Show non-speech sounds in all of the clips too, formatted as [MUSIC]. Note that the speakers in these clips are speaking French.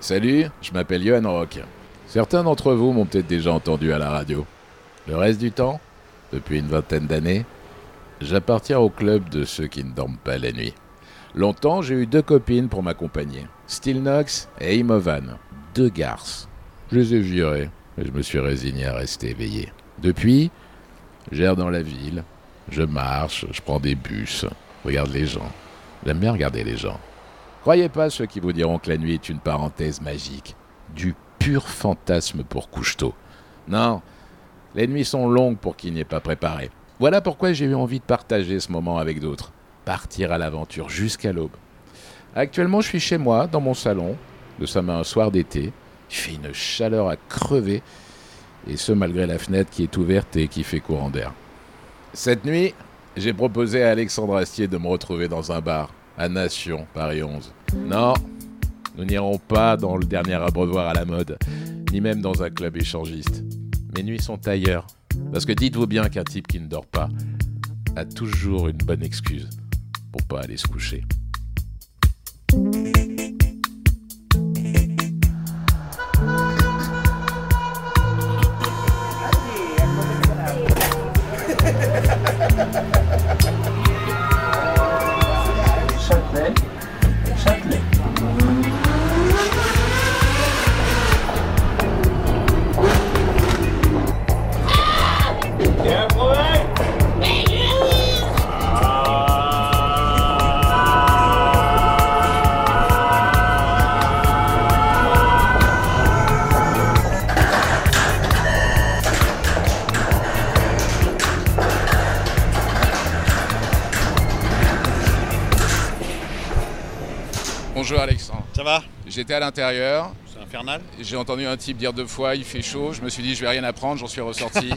Salut, je m'appelle Johan Rock. Certains d'entre vous m'ont peut-être déjà entendu à la radio. Le reste du temps, depuis une vingtaine d'années, j'appartiens au club de ceux qui ne dorment pas la nuit. Longtemps, j'ai eu deux copines pour m'accompagner, Stilnox et Imovan, deux garces. Je les ai virées et je me suis résigné à rester éveillé. Depuis, j'erre dans la ville, je marche, je prends des bus, regarde les gens. J'aime bien regarder les gens. Croyez pas ceux qui vous diront que la nuit est une parenthèse magique, du pur fantasme pour couche-tôt. Non, les nuits sont longues pour qui n'y est pas préparé. Voilà pourquoi j'ai eu envie de partager ce moment avec d'autres, partir à l'aventure jusqu'à l'aube. Actuellement, je suis chez moi, dans mon salon, de ça un soir d'été. Il fait une chaleur à crever, et ce malgré la fenêtre qui est ouverte et qui fait courant d'air. Cette nuit, j'ai proposé à Alexandre Astier de me retrouver dans un bar, à Nation, Paris 11. Non, nous n'irons pas dans le dernier abreuvoir à la mode, ni même dans un club échangiste. Mes nuits sont ailleurs. Parce que dites-vous bien qu'un type qui ne dort pas a toujours une bonne excuse pour pas aller se coucher. Châtelet, Châtelet. Bien prouvé Bonjour Alexandre. Ça va J'étais à l'intérieur, C'est infernal j'ai entendu un type dire deux fois il fait chaud, je me suis dit je vais rien apprendre, j'en suis [LAUGHS] ressorti.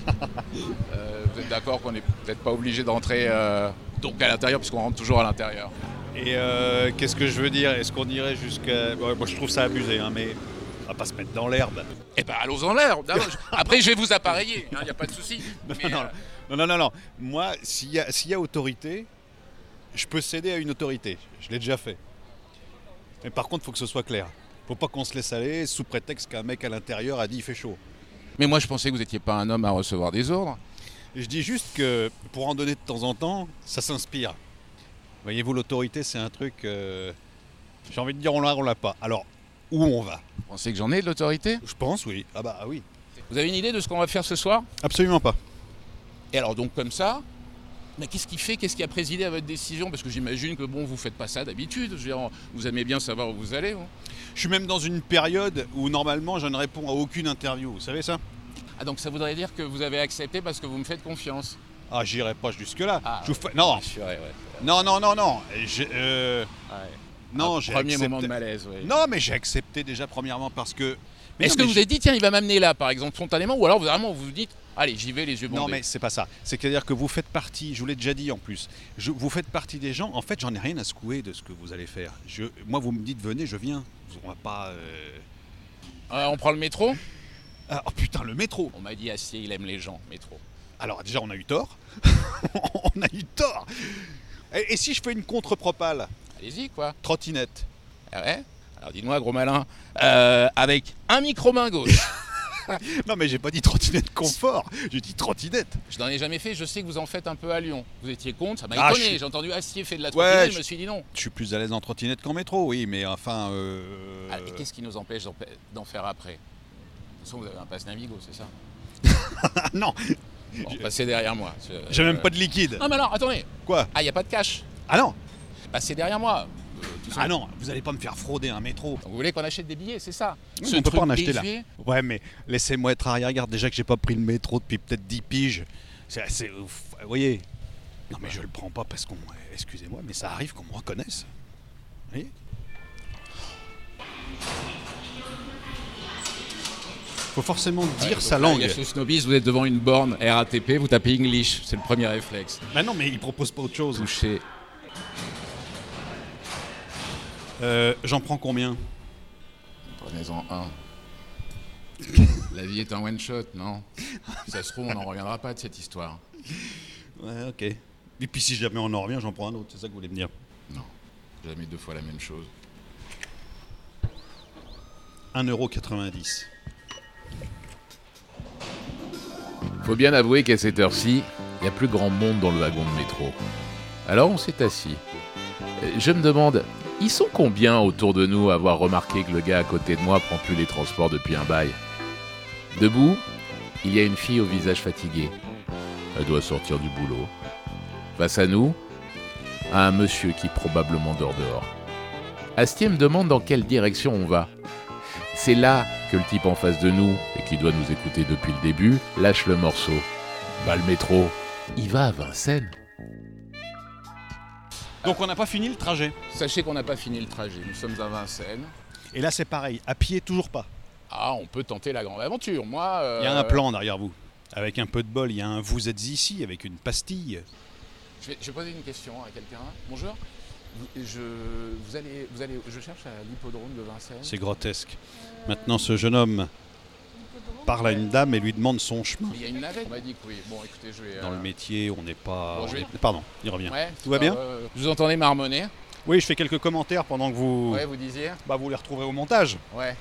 Euh, vous êtes d'accord qu'on n'est peut-être pas obligé d'entrer euh, donc à l'intérieur puisqu'on rentre toujours à l'intérieur. Et euh, qu'est-ce que je veux dire Est-ce qu'on irait jusqu'à... Bon, moi je trouve ça abusé, hein, mais on va pas se mettre dans l'herbe. [LAUGHS] Eh ben allons en l'air. Non, je- Après je vais vous appareiller, il n'y a pas de souci. Mais, [LAUGHS] non, euh, Non, non, non, non. Moi, s'il y, a- s'il y a autorité, je peux céder à une autorité. Je l'ai déjà fait. Mais par contre, il faut que ce soit clair. Faut pas qu'on se laisse aller sous prétexte qu'un mec à l'intérieur a dit il fait chaud. mais moi je pensais que vous n'étiez pas un homme à recevoir des ordres. Je dis juste que pour en donner de temps en temps, ça s'inspire. Voyez-vous, l'autorité, c'est un truc. euh, J'ai envie de dire on l'a, on l'a pas. Alors, où on va Vous pensez que j'en ai de l'autorité Je pense, oui. Ah bah ah oui. Vous avez une idée de ce qu'on va faire ce soir Absolument pas. Et alors donc comme ça, mais qu'est-ce qui fait, qu'est-ce qui a présidé à votre décision Parce que j'imagine que bon, vous faites pas ça d'habitude. Je veux dire, Vous aimez bien savoir où vous allez. hein. vous. Je suis même dans une période où normalement je ne réponds à aucune interview. Vous savez ça Ah donc ça voudrait dire que vous avez accepté parce que vous me faites confiance. Ah, j'irai pas jusque-là. Ah, Je vous fais- Non, Assuré, ouais. non, non, non, non. Je- euh, Non, Un j'ai Premier accepté- moment de malaise. oui. Non, mais j'ai accepté déjà premièrement parce que. Mais Est-ce non, que mais vous j'ai- avez dit tiens il va m'amener là par exemple spontanément ou alors vraiment vous vous dites allez j'y vais les yeux bandés. Non, mais c'est pas ça. C'est-à-dire que vous faites partie, je vous l'ai déjà dit en plus, je, vous faites partie des gens, en fait, j'en ai rien à secouer de ce que vous allez faire. Je, moi, vous me dites, venez, je viens. On va pas. euh, Euh, on prend le métro Ah, oh putain, le métro On m'a dit Astier il aime les gens métro. Alors, déjà, on a eu tort. [LAUGHS] on a eu tort Et, et si je fais une contre-propale Allez-y quoi. Trottinette. Ah ouais alors dites-moi gros malin, euh, avec un micro main [LAUGHS] gauche. Non, mais j'ai pas dit trottinette confort, j'ai dit trottinette. je n'en ai jamais fait, je sais que vous en faites un peu à Lyon. Vous étiez contre, ça m'a Ah, étonné. je suis- J'ai entendu Astier fait de la Ouais, trottinette, je je- me suis dit non. Je suis plus à l'aise en trottinette qu'en métro, oui, mais enfin. euh, Ah, et qu'est-ce qui nous empêche d'en- d'en faire après De toute façon, vous avez un passe Navigo, c'est ça Ah, [LAUGHS] non, Bon, Passez derrière moi. j'ai même pas de liquide. Non, Ah, mais alors, attendez Quoi Ah, il n'y a pas de cash Ah non Passez derrière moi Euh, tout ça. Ah non, vous allez pas me faire frauder un métro. Donc, vous voulez qu'on achète des billets, c'est ça Oui, mais on peut pas en acheter, là. désuet, Ouais, mais laissez-moi être arrière-garde. Déjà que j'ai pas pris le métro depuis peut-être 10 piges. C'est assez ouf. Vous voyez Non, mais je le prends pas parce qu'on. Excusez-moi, mais ça arrive qu'on me reconnaisse. Vous voyez Faut forcément ouais, dire donc sa là, langue. Il y a ce snobisme, vous êtes devant une borne RATP, vous tapez English, c'est le premier réflexe. Bah non, mais il propose pas autre chose. Touché. Euh, J'en prends combien Prenez-en un. La vie est un one-shot, non Si ça se trouve, on n'en reviendra pas de cette histoire. Ouais, ok. Et puis si jamais on en revient, j'en prends un autre. C'est ça que vous voulez me dire Non, jamais deux fois la même chose. 1,90€. Faut bien avouer qu'à cette heure-ci, il y a plus grand monde dans le wagon de métro. Alors on s'est assis. Euh, Je me demande, ils sont combien autour de nous à avoir remarqué que le gars à côté de moi prend plus les transports depuis un bail Debout, il y a une fille au visage fatigué. Elle doit sortir du boulot. Face à nous, un monsieur qui probablement dort dehors. Astier me demande dans quelle direction on va. C'est là que le type en face de nous, et qui doit nous écouter depuis le début, lâche le morceau. Bah le métro, il va à Vincennes. Donc on n'a pas fini le trajet. Sachez qu'on n'a pas fini le trajet, nous sommes à Vincennes. Et là c'est pareil, à pied toujours pas. Ah, on peut tenter la grande aventure, moi... euh, Il y a un plan derrière vous. Avec un peu de bol, il y a un vous êtes ici avec une pastille. Je vais, je vais poser une question à quelqu'un. Bonjour. Vous- Je, vous allez, vous allez, je cherche à l'hippodrome de Vincennes. C'est grotesque. Maintenant ce jeune homme parle à une dame et lui demande son chemin. Il y a une navette. On m'a dit que oui. Bon, écoutez, je vais. Dans le euh, métier, on n'est pas. Bon, on je vais- est- Pardon, il revient. ouais, Tout va euh, bien euh, Vous entendez marmonner Oui, je fais quelques commentaires pendant que vous. Ouais, vous disiez Bah, vous les retrouverez au montage. Ouais.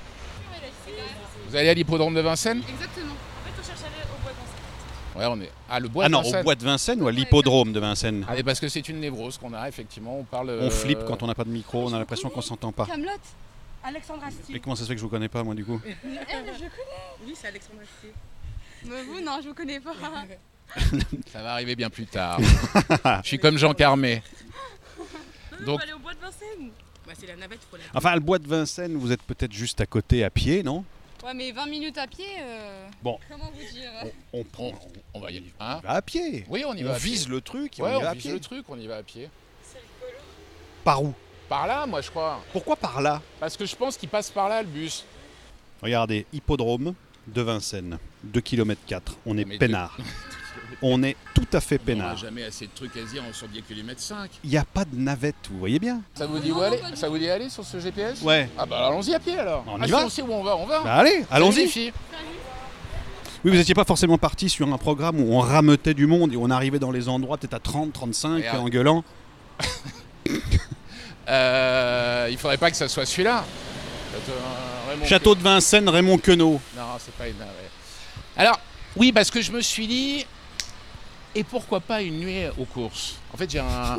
Vous allez à l'hippodrome de Vincennes Exactement. En fait, on cherche à aller au bois de Vincennes. Ouais, on est. Ah, le bois ah de non, Vincennes. au bois de Vincennes ou à l'hippodrome de Vincennes Ah, mais parce que c'est une névrose qu'on a, effectivement. On parle. euh, On flippe quand on n'a pas de micro, on a l'impression qu'on s'entend pas. Camelot Alexandre Mais Astier. comment ça se fait que je vous connais pas, moi, du coup Oui, c'est Alexandre Astier. [LAUGHS] Mais vous, non, je vous connais [LAUGHS] pas. Ça va arriver bien plus [LAUGHS] tard. je suis comme Jean Carmé. Donc, aller au bois de Vincennes. Bah, c'est la navette, faut la. Enfin, le bois de Vincennes, vous êtes peut-être juste à côté à pied, non Ouais, mais 20 minutes à pied. euh, Bon. Comment vous dire On prend. on va y aller. Hein On va à pied. oui, on y on va. à vise pied. le truc et Ouais, on y on va à vise pied. le truc, on y va à pied. Par où Par là, moi, je crois. Pourquoi par là Parce que je pense qu'il passe par là, le bus. Regardez, hippodrome de Vincennes, 2 km 4. On est Mais deux- peinard. on est tout à fait On n'a peinard. jamais assez de trucs à dire, on sort des kilomètres 5. Il n'y a pas de navette, vous voyez bien Ça vous dit Non, où non, aller pas du Ça vous dit aller sur ce GPS Ouais. Ah bah allons-y à pied alors. On Ah, y si va. on sait où on va, on va. Bah allez, allons-y. Les filles. Oui, vous n'étiez pas forcément parti sur un programme où on rameutait du monde et on arrivait dans les endroits peut-être à 30, 35 Regarde. en gueulant. Euh, il faudrait pas que ça soit celui-là. Château, euh, Raymond Château de Vincennes, Raymond Queneau. Queneau. Non, c'est pas une. ouais. Alors oui, parce que je me suis dit et pourquoi pas une nuit aux courses. En fait, j'ai un,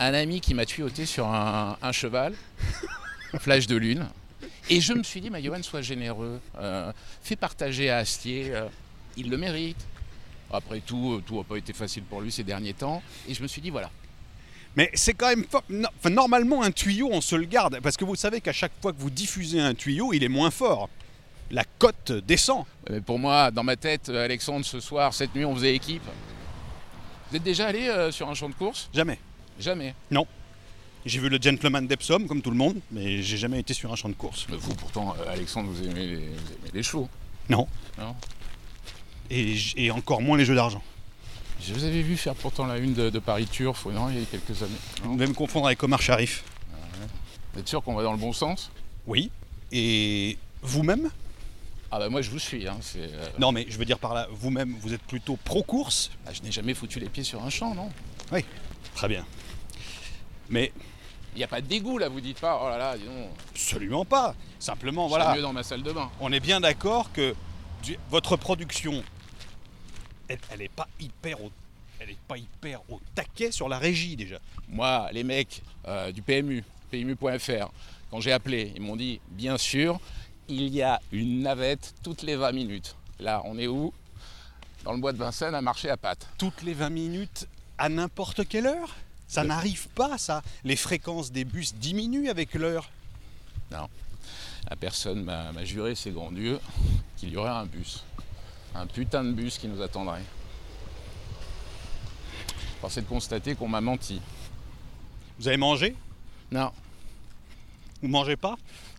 un ami qui m'a tuyauté sur un, un cheval, flash de lune. Et je me suis dit, mais Johan, sois généreux, euh, fais partager à Astier, euh, il le mérite. Après tout, euh, tout n'a pas été facile pour lui ces derniers temps. Et je me suis dit, voilà, Mais c'est quand même. fort. No- enfin, normalement, un tuyau, on se le garde. Parce que vous savez qu'à chaque fois que vous diffusez un tuyau, il est moins fort. La cote descend. Euh, Pour moi, dans ma tête, euh, Alexandre, ce soir, cette nuit, on faisait équipe. Vous êtes déjà allé euh, sur un champ de course Jamais. Jamais. J'ai vu le gentleman d'Epsom, comme tout le monde, mais j'ai jamais été sur un champ de course. Vous, pourtant, euh, Alexandre, vous aimez les, shows. Non. Non. Et, j- et encore moins les jeux d'argent. Je vous avais vu faire pourtant la une de, de Paris Turf, ou non, il y a quelques années. Vous devez me confondre avec Omar Sharif. Vous êtes sûr qu'on va dans le bon sens Oui. Et vous-même Ah bah moi, je vous suis. hein, c'est, euh, Non, mais je veux dire par là, vous-même, vous êtes plutôt pro-course ah, je n'ai jamais foutu les pieds sur un champ, non Très bien. Mais Il n'y a pas de dégoût, là, vous dites pas. Oh là là, dis donc, absolument pas. Simplement, voilà. voilà. mieux dans ma salle de bain. on est bien d'accord que du- votre production, elle, elle est pas hyper au, elle est pas hyper au taquet sur la régie déjà. Moi, les mecs euh, du PMU, PMU.fr, quand j'ai appelé, ils m'ont dit bien sûr, il y a une navette toutes les 20 minutes. Là, on est où Dans le bois de Vincennes, à marcher à pattes. Toutes les 20 minutes, à n'importe quelle heure, ça n'arrive pas ça. Les fréquences des bus diminuent avec l'heure. La personne m'a m'a juré, c'est grand Dieu, qu'il y aurait un bus. Un putain de bus qui nous attendrait. Force est de constater qu'on m'a menti. Vous avez mangé Non, Vous mangez pas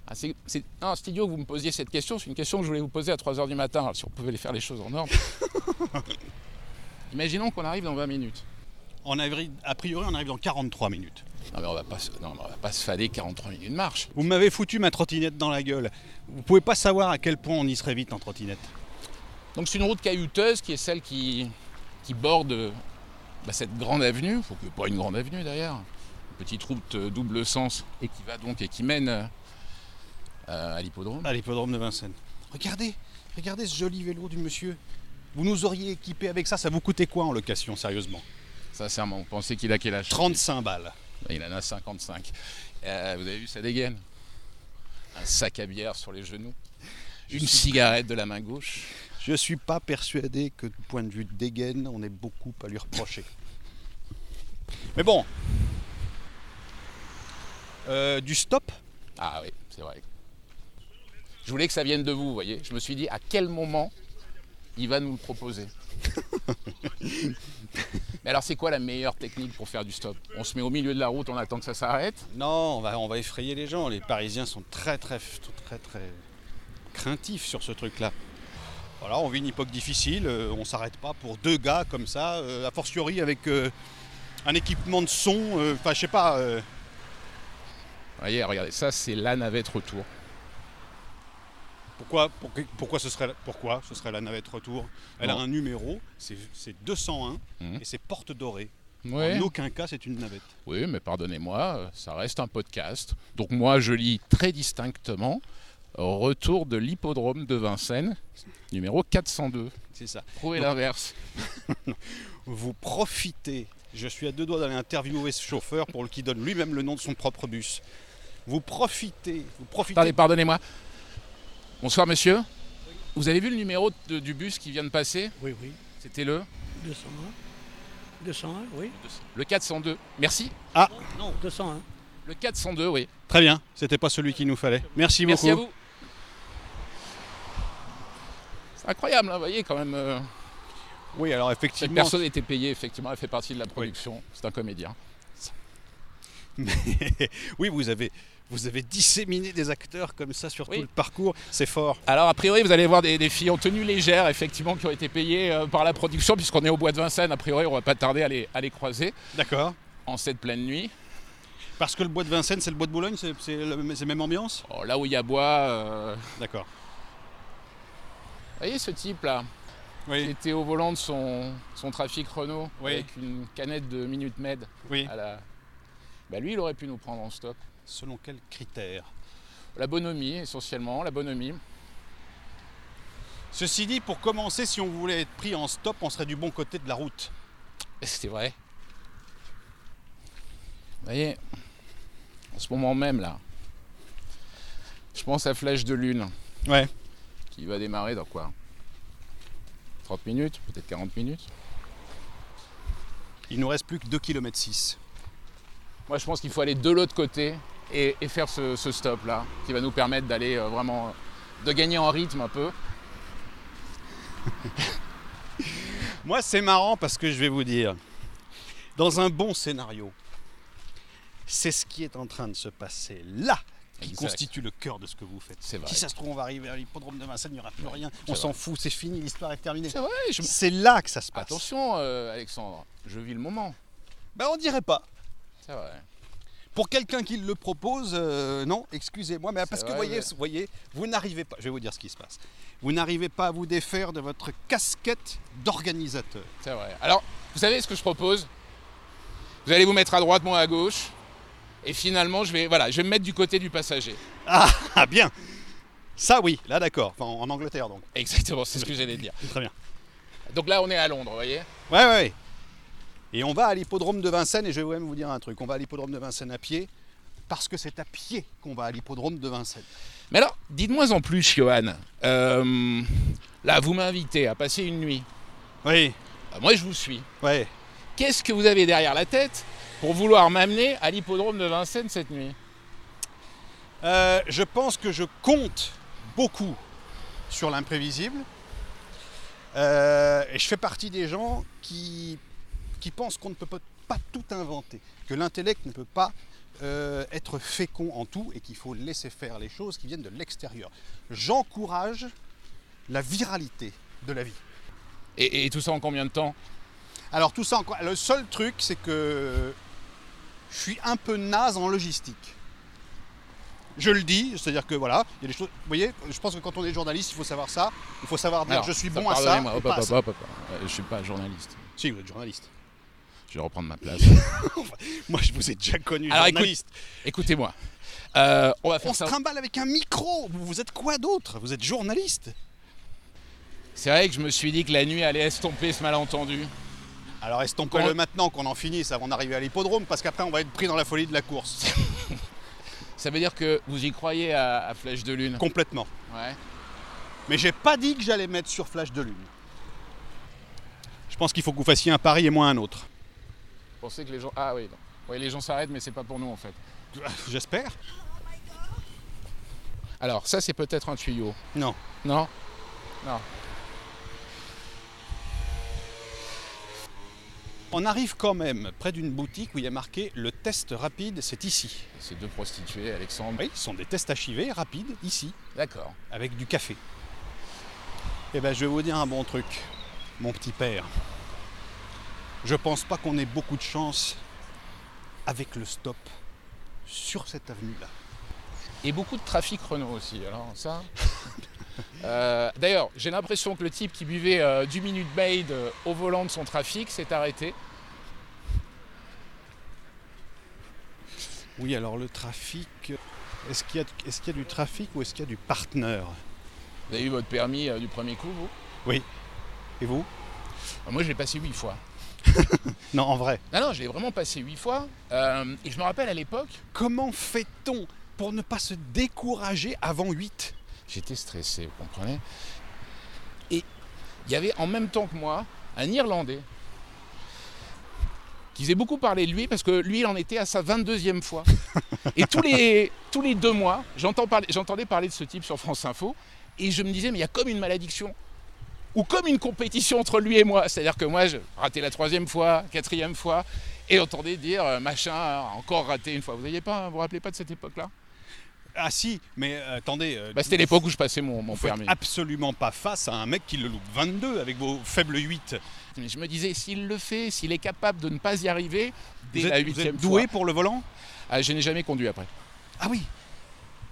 Ah, c'est, c'est- non, c'est idiot que vous me posiez cette question. C'est une question que je voulais vous poser à 3h du matin. Alors, si on pouvait les faire les choses en ordre. Imaginons qu'on arrive dans 20 minutes. On arrive- a priori, on arrive dans 43 minutes. Non, mais on va pas, se- non, mais on va pas se fader 43 minutes de marche. Vous m'avez foutu ma trottinette dans la gueule. Vous pouvez pas savoir à quel point on y serait vite en trottinette. Donc, c'est une route caillouteuse qui est celle qui, qui borde euh, bah, cette grande avenue. Faut que pas une grande avenue d'ailleurs. Une petite route euh, double sens et qui va donc et qui mène euh, euh, à l'hippodrome. à l'hippodrome de Vincennes. Regardez, regardez ce joli vélo du monsieur. Vous nous auriez équipé avec ça, ça vous coûtait quoi en location, sérieusement Sincèrement, vous pensez qu'il a quel âge 35 balles. Il en a 55. Euh, vous avez vu sa dégaine Un sac à bière sur les genoux. Une cigarette de la main gauche. Je suis pas persuadé que du point de vue de dégaine, on ait beaucoup à lui reprocher. Mais bon. Euh, du stop Ah oui, c'est vrai. Je voulais que ça vienne de vous, vous voyez. Je me suis dit à quel moment il va nous le [LAUGHS] proposer. Mais alors c'est quoi la meilleure technique pour faire du stop On se met au milieu de la route, on attend que ça s'arrête. Non, on va, on va effrayer les gens. Les Parisiens sont très très sont très très craintifs sur ce truc-là. Voilà, on vit une époque difficile, euh, on s'arrête pas pour deux gars comme ça, euh, a fortiori avec euh, un équipement de son, euh, enfin je sais pas, euh, Voyez, regardez, ça c'est la navette retour. pourquoi, pour- pourquoi, ce serait, pourquoi ce serait la navette retour Elle Non. a un numéro, c'est c'est 201 Mhm. et c'est porte dorée. Ouais. En aucun cas c'est une navette. Oui, mais pardonnez-moi, euh, ça reste un podcast. Donc moi, je lis très distinctement Retour de l'hippodrome de Vincennes, numéro 402. C'est ça. Prouvez Donc- l'inverse. Vous profitez. Je suis à deux doigts d'aller interviewer ce chauffeur pour le qui donne lui-même le nom de son propre bus. Vous profitez, vous profitez Attendez, pardonnez-moi. Bonsoir, monsieur. Vous avez vu le numéro de- du bus qui vient de passer Oui, oui, C'était le 201. 201, oui. Le 402. Merci. Non, 201. Le 402, oui. Très bien, c'était pas celui qu'il nous fallait. Merci, Merci beaucoup. à vous. C'est incroyable, hein, vous voyez, quand même. euh, Oui, alors cette effectivement, personne était payée, effectivement, elle fait partie de la production. C'est un comédien. [LAUGHS] oui, vous avez, vous avez disséminé des acteurs comme ça sur Oui. tout le parcours, c'est fort. Alors, a priori, vous allez voir des, des filles en tenue légère, effectivement, qui ont été payées euh, par la production, puisqu'on est au bois de Vincennes. A priori, on va pas tarder à les, à les croiser D'accord. en cette pleine nuit. Parce que le bois de Vincennes, c'est le bois de Boulogne, c'est c'est la c'est même ambiance Oh, là où il y a bois. euh, D'accord. Vous voyez ce type-là, qui Oui, était au volant de son, son trafic Renault, Oui. avec une canette de Minute Med oui. à la. Bah, lui, il aurait pu nous prendre en stop. Selon quels critères La bonhomie, essentiellement, la bonhomie. Ceci dit, pour commencer, si on voulait être pris en stop, on serait du bon côté de la route. C'était vrai. Vous voyez, en ce moment même, là, je pense à Flèche de Lune. Ouais. qui va démarrer dans quoi 30 minutes, peut-être 40 minutes. Il nous reste plus que 2,6 km. Moi je pense qu'il faut aller de l'autre côté et, et faire ce, ce stop là, qui va nous permettre d'aller euh, vraiment, euh, de gagner en rythme un peu. Moi, c'est marrant parce que je vais vous dire, dans un bon scénario, c'est ce qui est en train de se passer là qui Exact. constitue le cœur de ce que vous faites. C'est vrai. Si ça se trouve, on va arriver à l'hippodrome de Vincennes, il n'y aura plus rien. c'est On s'en fout, c'est fini, l'histoire est terminée. C'est vrai, je- C'est là que ça se passe. Attention euh, Alexandre, je vis le moment. Ben, on dirait pas. C'est vrai. Pour quelqu'un qui le propose, euh, non, excusez-moi, mais parce que vrai, voyez, mais- vous voyez, vous n'arrivez pas, je vais vous dire ce qui se passe, vous n'arrivez pas à vous défaire de votre casquette d'organisateur. [LAUGHS] C'est vrai. Alors, vous savez ce que je propose Vous allez vous mettre à droite, moi à gauche. Et finalement, je vais, voilà, je vais me mettre du côté du passager. [LAUGHS] Ah, ah, bien Ça oui, là d'accord, Enfin, en Angleterre donc. Exactement, c'est ce que j'allais dire. Très bien. Donc là, on est à Londres, vous voyez Ouais, ouais, ouais. Et on va à l'hippodrome de Vincennes, et je vais même vous dire un truc, on va à l'hippodrome de Vincennes à pied, parce que c'est à pied qu'on va à l'hippodrome de Vincennes. Mais alors, dites-moi en plus, Johan. Euh, là, vous m'invitez à passer une nuit. Oui, Bah, moi, je vous suis. ouais. Qu'est-ce que vous avez derrière la tête pour vouloir m'amener à l'hippodrome de Vincennes cette nuit Euh, je pense que je compte beaucoup sur l'imprévisible. Euh, et je fais partie des gens qui, qui pensent qu'on ne peut pas pas tout inventer, que l'intellect ne peut pas euh, être fécond en tout et qu'il faut laisser faire les choses qui viennent de l'extérieur. J'encourage la viralité de la vie. et, et tout ça en combien de temps Alors tout ça encore. Le seul truc, c'est que je suis un peu naze en logistique. Je le dis, c'est-à-dire que voilà, il y a des choses. Vous voyez, je pense que quand on est journaliste, il faut savoir ça. Il faut savoir dire Alors, je suis ça, bon à ça. pardonnez-moi, et hop, pas à hop, ça. hop, hop, hop. Euh, Je suis pas journaliste. Si vous êtes journaliste. Je vais reprendre ma place. [LAUGHS] Moi, je vous ai déjà connu, Alors, journaliste. [LAUGHS] Écoutez-moi. Euh, on va on faire se ça. trimballe avec un micro. Vous, vous êtes quoi d'autre Vous êtes journaliste. C'est vrai que je me suis dit que la nuit allait estomper ce malentendu. Alors Comment- estompez-le maintenant qu'on en finisse avant d'arriver à l'hippodrome, parce qu'après on va être pris dans la folie de la course. [LAUGHS] Ça veut dire que vous y croyez à, à Flèche de Lune Complètement. Ouais. Mais j'ai pas dit que j'allais mettre sur Flash de Lune. Je pense qu'il faut que vous fassiez un pari et moi un autre. Vous pensez que les gens. Ah oui, non. Oui, les gens s'arrêtent, mais c'est pas pour nous en fait. J'espère. Alors, ça, c'est peut-être un tuyau. Non. Non On arrive quand même près d'une boutique où il y a marqué le test rapide, c'est ici. C'est deux prostituées, Alexandre. Oui, ce sont des tests HIV rapides, ici, D'accord. avec du café. Eh ben je vais vous dire un bon truc, mon petit père. Je pense pas qu'on ait beaucoup de chance avec le stop sur cette avenue-là. Et beaucoup de trafic Renault aussi, alors ça. [LAUGHS] Euh, D'ailleurs, j'ai l'impression que le type qui buvait euh, du Minute Maid euh, au volant de son trafic s'est arrêté. Oui, alors le trafic. Est-ce qu'il y, a- est-ce qu'il y a du trafic ou est-ce qu'il y a du partenaire Vous avez eu votre permis euh, du premier coup, vous Et vous Ah, Moi, je l'ai passé huit fois. Non, en vrai. Ah Non, non, je l'ai vraiment passé huit fois. Euh, et je me rappelle à l'époque, Comment fait-on pour ne pas se décourager avant 8 J'étais stressé, vous comprenez Et il y avait en même temps que moi un Irlandais qui faisait beaucoup parler de lui parce que lui, il en était à sa 22e fois. Et tous les, tous les deux mois, j'entends parler- j'entendais parler de ce type sur France Info et je me disais, mais il y a comme une malédiction ou comme une compétition entre lui et moi. C'est-à-dire que moi, je ratais la troisième fois, quatrième fois, et entendais dire, euh, machin, a encore raté une fois. Vous ne pas, vous vous rappelez pas de cette époque-là Ah si, mais euh, attendez. euh, bah, C'était l'époque où je passais mon, mon Vous faites permis. absolument pas face à un mec qui le loupe 22 avec vos faibles 8. Mais je me disais, s'il le fait, s'il est capable de ne pas y arriver, dès vous la êtes, vous huitième êtes doué fois- pour le volant Ah, je n'ai jamais conduit après. Ah oui.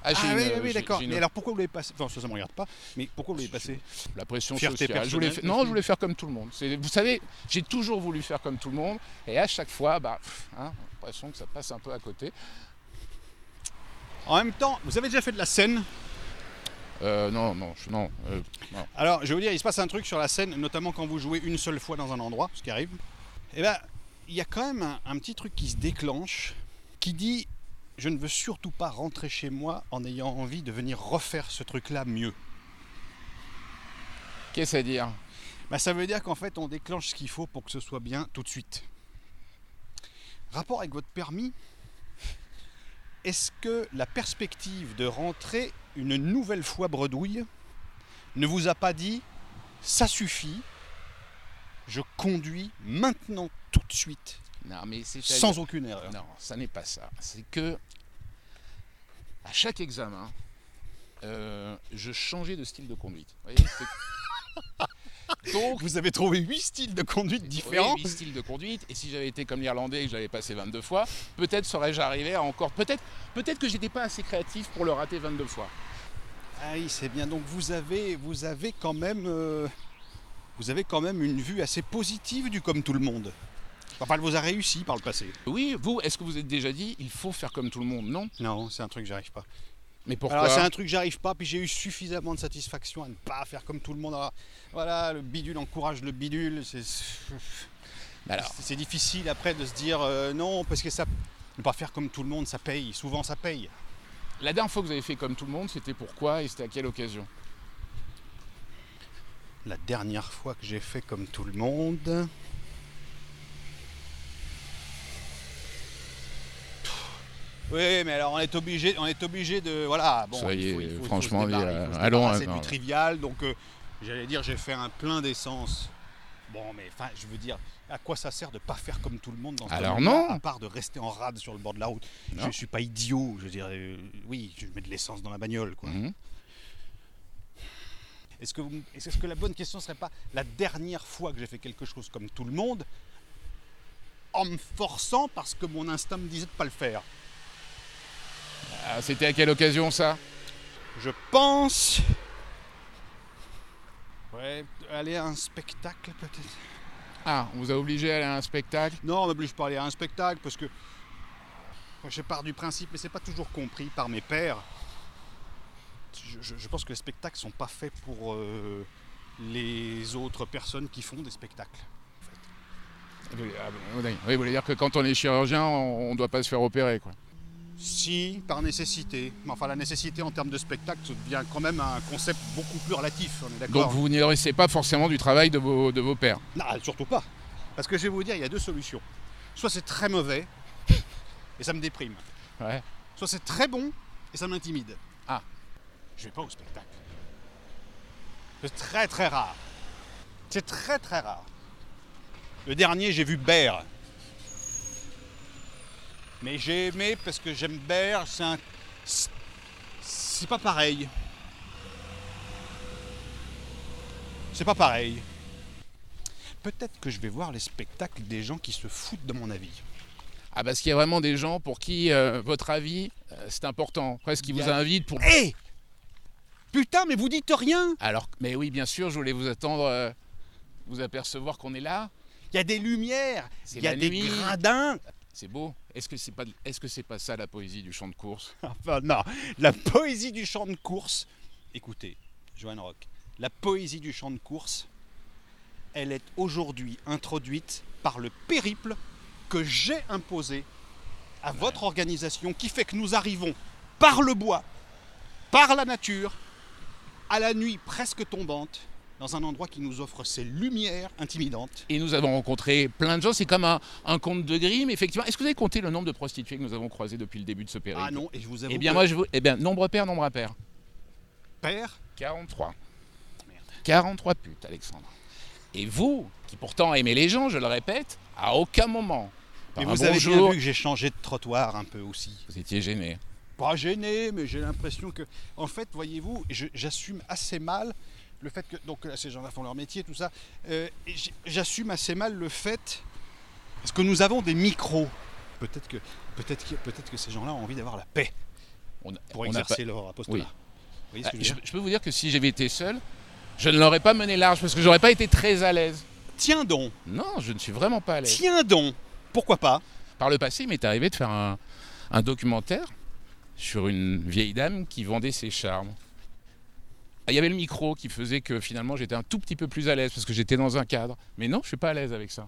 Ah, j'ai ah une- oui, j'ai- oui, d'accord. j'ai une- Mais alors pourquoi vous l'avez passé Enfin, ça, ça me regarde pas. Mais pourquoi vous l'avez passé la pression fierté sociale. Je voulais personnelle, fa- Non, aussi. je voulais faire comme tout le monde. C'est- Vous savez, j'ai toujours voulu faire comme tout le monde, et à chaque fois, bah, pff, hein, j'ai l'impression que ça passe un peu à côté. En même temps, vous avez déjà fait de la scène. Euh, non, non, je- non. euh, Alors, je vais vous dire, il se passe un truc sur la scène, notamment quand vous jouez une seule fois dans un endroit, ce qui arrive. Et ben, il y a quand même un, un petit truc qui se déclenche, qui dit je ne veux surtout pas rentrer chez moi en ayant envie de venir refaire ce truc-là mieux. Qu'est-ce à dire Bah, ça veut dire qu'en fait, on déclenche ce qu'il faut pour que ce soit bien tout de suite. Rapport avec votre permis, est-ce que la perspective de rentrer une nouvelle fois bredouille ne vous a pas dit ça suffit, je conduis maintenant tout de suite, Non, mais c'est euh, sans aucune erreur Non, ça n'est pas ça. C'est que à chaque examen, euh, je changeais de style de conduite. Vous voyez, [LAUGHS] c'est- Donc, Vous avez trouvé huit styles de conduite différents Oui, huit styles de conduite. Et si j'avais été comme l'Irlandais et que j'avais passé 22 fois, peut-être serais-je arrivé à encore. Peut-être peut que j'étais pas assez créatif pour le rater 22 fois. Ah oui, c'est bien. Donc vous avez, vous avez quand même, euh, vous avez quand même une vue assez positive du comme tout le monde. Enfin, elle vous a réussi par le passé. Oui, vous, est-ce que vous êtes déjà dit, il faut faire comme tout le monde Non. Non, c'est un truc que j'arrive pas. Mais Alors c'est pourquoi un truc que j'arrive pas, puis j'ai eu suffisamment de satisfaction à ne pas faire comme tout le monde. Alors, voilà, le bidule encourage le bidule. C'est, Bah Alors, c'est difficile après de se dire euh, non parce que ça, ne pas faire comme tout le monde, ça paye. Souvent ça paye. la dernière fois que vous avez fait comme tout le monde, c'était pourquoi et c'était à quelle occasion La dernière fois que j'ai fait comme tout le monde. Oui, mais alors on est obligé, on est obligé de voilà. Bon, Soyez, il faut- il faut- il faut franchement, se débarrasser, il faut se euh, allons, débarrasser hein, non. du trivial. Donc euh, j'allais dire, j'ai fait un plein d'essence. Bon, mais enfin, je veux dire, à quoi ça sert de pas faire comme tout le monde dans ce Alors domaine-là, non. À part de rester en rade sur le bord de la route. Non. Je, je suis pas idiot. Je veux dire, euh, oui, je mets de l'essence dans la bagnole, quoi. Mhm. Est-ce que, vous me- est-ce que la bonne question serait pas la dernière fois que j'ai fait quelque chose comme tout le monde en me forçant parce que mon instinct me disait de pas le faire Ah, C'était à quelle occasion ça Je pense. Ouais, aller à un spectacle peut-être. Ah, on vous a obligé à aller à un spectacle Non, on m'oblige pas à aller à un spectacle parce que moi, je pars du principe, mais c'est pas toujours compris par mes pairs. Je, je- je pense que les spectacles sont pas faits pour euh, les autres personnes qui font des spectacles. Oui, ah, bon, oui, vous voulez dire que quand on est chirurgien, on ne doit pas se faire opérer, quoi. Si, par nécessité. Mais enfin, la nécessité en termes de spectacle ça devient quand même un concept beaucoup plus relatif, on est Donc d'accord vous n'adressez pas forcément du travail de vos, de vos pères. Non, surtout pas. Parce que je vais vous dire, il y a deux solutions. Soit c'est très mauvais, et ça me déprime. Ouais. Soit c'est très bon, et ça m'intimide. Ah. Je vais pas au spectacle. C'est très très rare. C'est très très rare. Le dernier, j'ai vu Baird. Mais j'ai aimé parce que j'aime Baird, c'est un... c'est- C'est pas pareil. C'est pas pareil. Peut-être que je vais voir les spectacles des gens qui se foutent de mon avis. Ah parce qu'il y a vraiment des gens pour qui euh, votre avis, euh, c'est important. Presque qui Il y vous a- invitent pour... Hé Putain, mais vous dites rien Alors, mais oui, bien sûr, je voulais vous attendre, euh, vous apercevoir qu'on est là. Il y a des lumières, C'est il y a la des nuit. gradins. [LAUGHS] C'est beau. Est-ce que c'est pas, est-ce que c'est pas ça la poésie du champ de course Enfin, non, la poésie du champ de course. Écoutez, Joanne Rock, la poésie du champ de course, elle est aujourd'hui introduite par le périple que j'ai imposé à votre organisation qui fait que nous arrivons par le bois, par la nature, à la nuit presque tombante, dans un endroit qui nous offre ces lumières intimidantes. Et nous avons rencontré plein de gens. C'est comme un, un conte de Grimm, effectivement. Est-ce que vous avez compté le nombre de prostituées que nous avons croisées depuis le début de ce périple Ah non, et je vous avoue Eh bien, que moi, je vous. Eh bien, nombre pair, nombre impair. père, 43. Merde. 43 putes, Alexandre. Et vous, qui pourtant aimez les gens, je le répète, à aucun moment. Par et un vous avez bien bonjour, vu que j'ai changé de trottoir un peu aussi. vous étiez gêné. pas gêné, mais j'ai l'impression que, en fait, voyez-vous, je- j'assume assez mal le fait que, donc là, ces gens-là font leur métier, tout ça, Euh, et j'- j'assume assez mal le fait, parce que nous avons des micros. Peut-être que, peut-être que, peut-être que ces gens-là ont envie d'avoir la paix On, pour on n'a pas- exercer leur Oui. apostolat. Vous voyez ce Ah, que je veux je, dire je peux vous dire que si j'avais été seul, je ne l'aurais pas mené large parce que j'aurais pas été très à l'aise. Tiens donc, Non, je ne suis vraiment pas à l'aise. tiens donc, pourquoi pas Par le passé, il m'est arrivé de faire un, un documentaire sur une vieille dame qui vendait ses charmes. Ah, Il y avait le micro qui faisait que finalement j'étais un tout petit peu plus à l'aise parce que j'étais dans un cadre. Mais non, je suis pas à l'aise avec ça.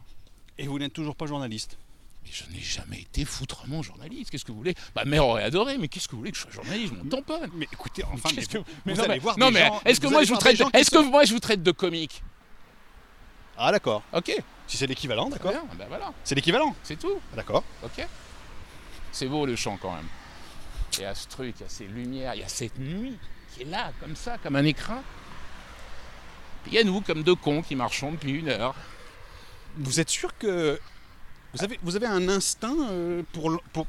Et vous n'êtes toujours pas journaliste. Mais je n'ai jamais été foutrement journaliste. Qu'est-ce que vous voulez Ma mère aurait adoré, mais qu'est-ce que vous voulez que je sois journaliste Je m'en tamponne. Mais écoutez, enfin, mais [LAUGHS] Qu'est-ce que- vous, mais vous non, allez mais- voir non, des mais gens- est-ce que vous moi allez je vous voir des traite, de- gens qui est-ce sont- que moi je vous traite de comique Ah d'accord, Ok. si c'est l'équivalent, Très d'accord bien. Ben voilà, C'est l'équivalent, Ah, c'est tout. d'accord Ok. C'est beau le chant quand même. Il y a ce truc, il y a ces lumières, il y a cette nuit qui est là, comme ça, comme un écrin. Puis il y a nous, comme deux cons qui marchons depuis une heure. Vous êtes sûr que vous avez, vous avez un instinct euh, pour, lo- pour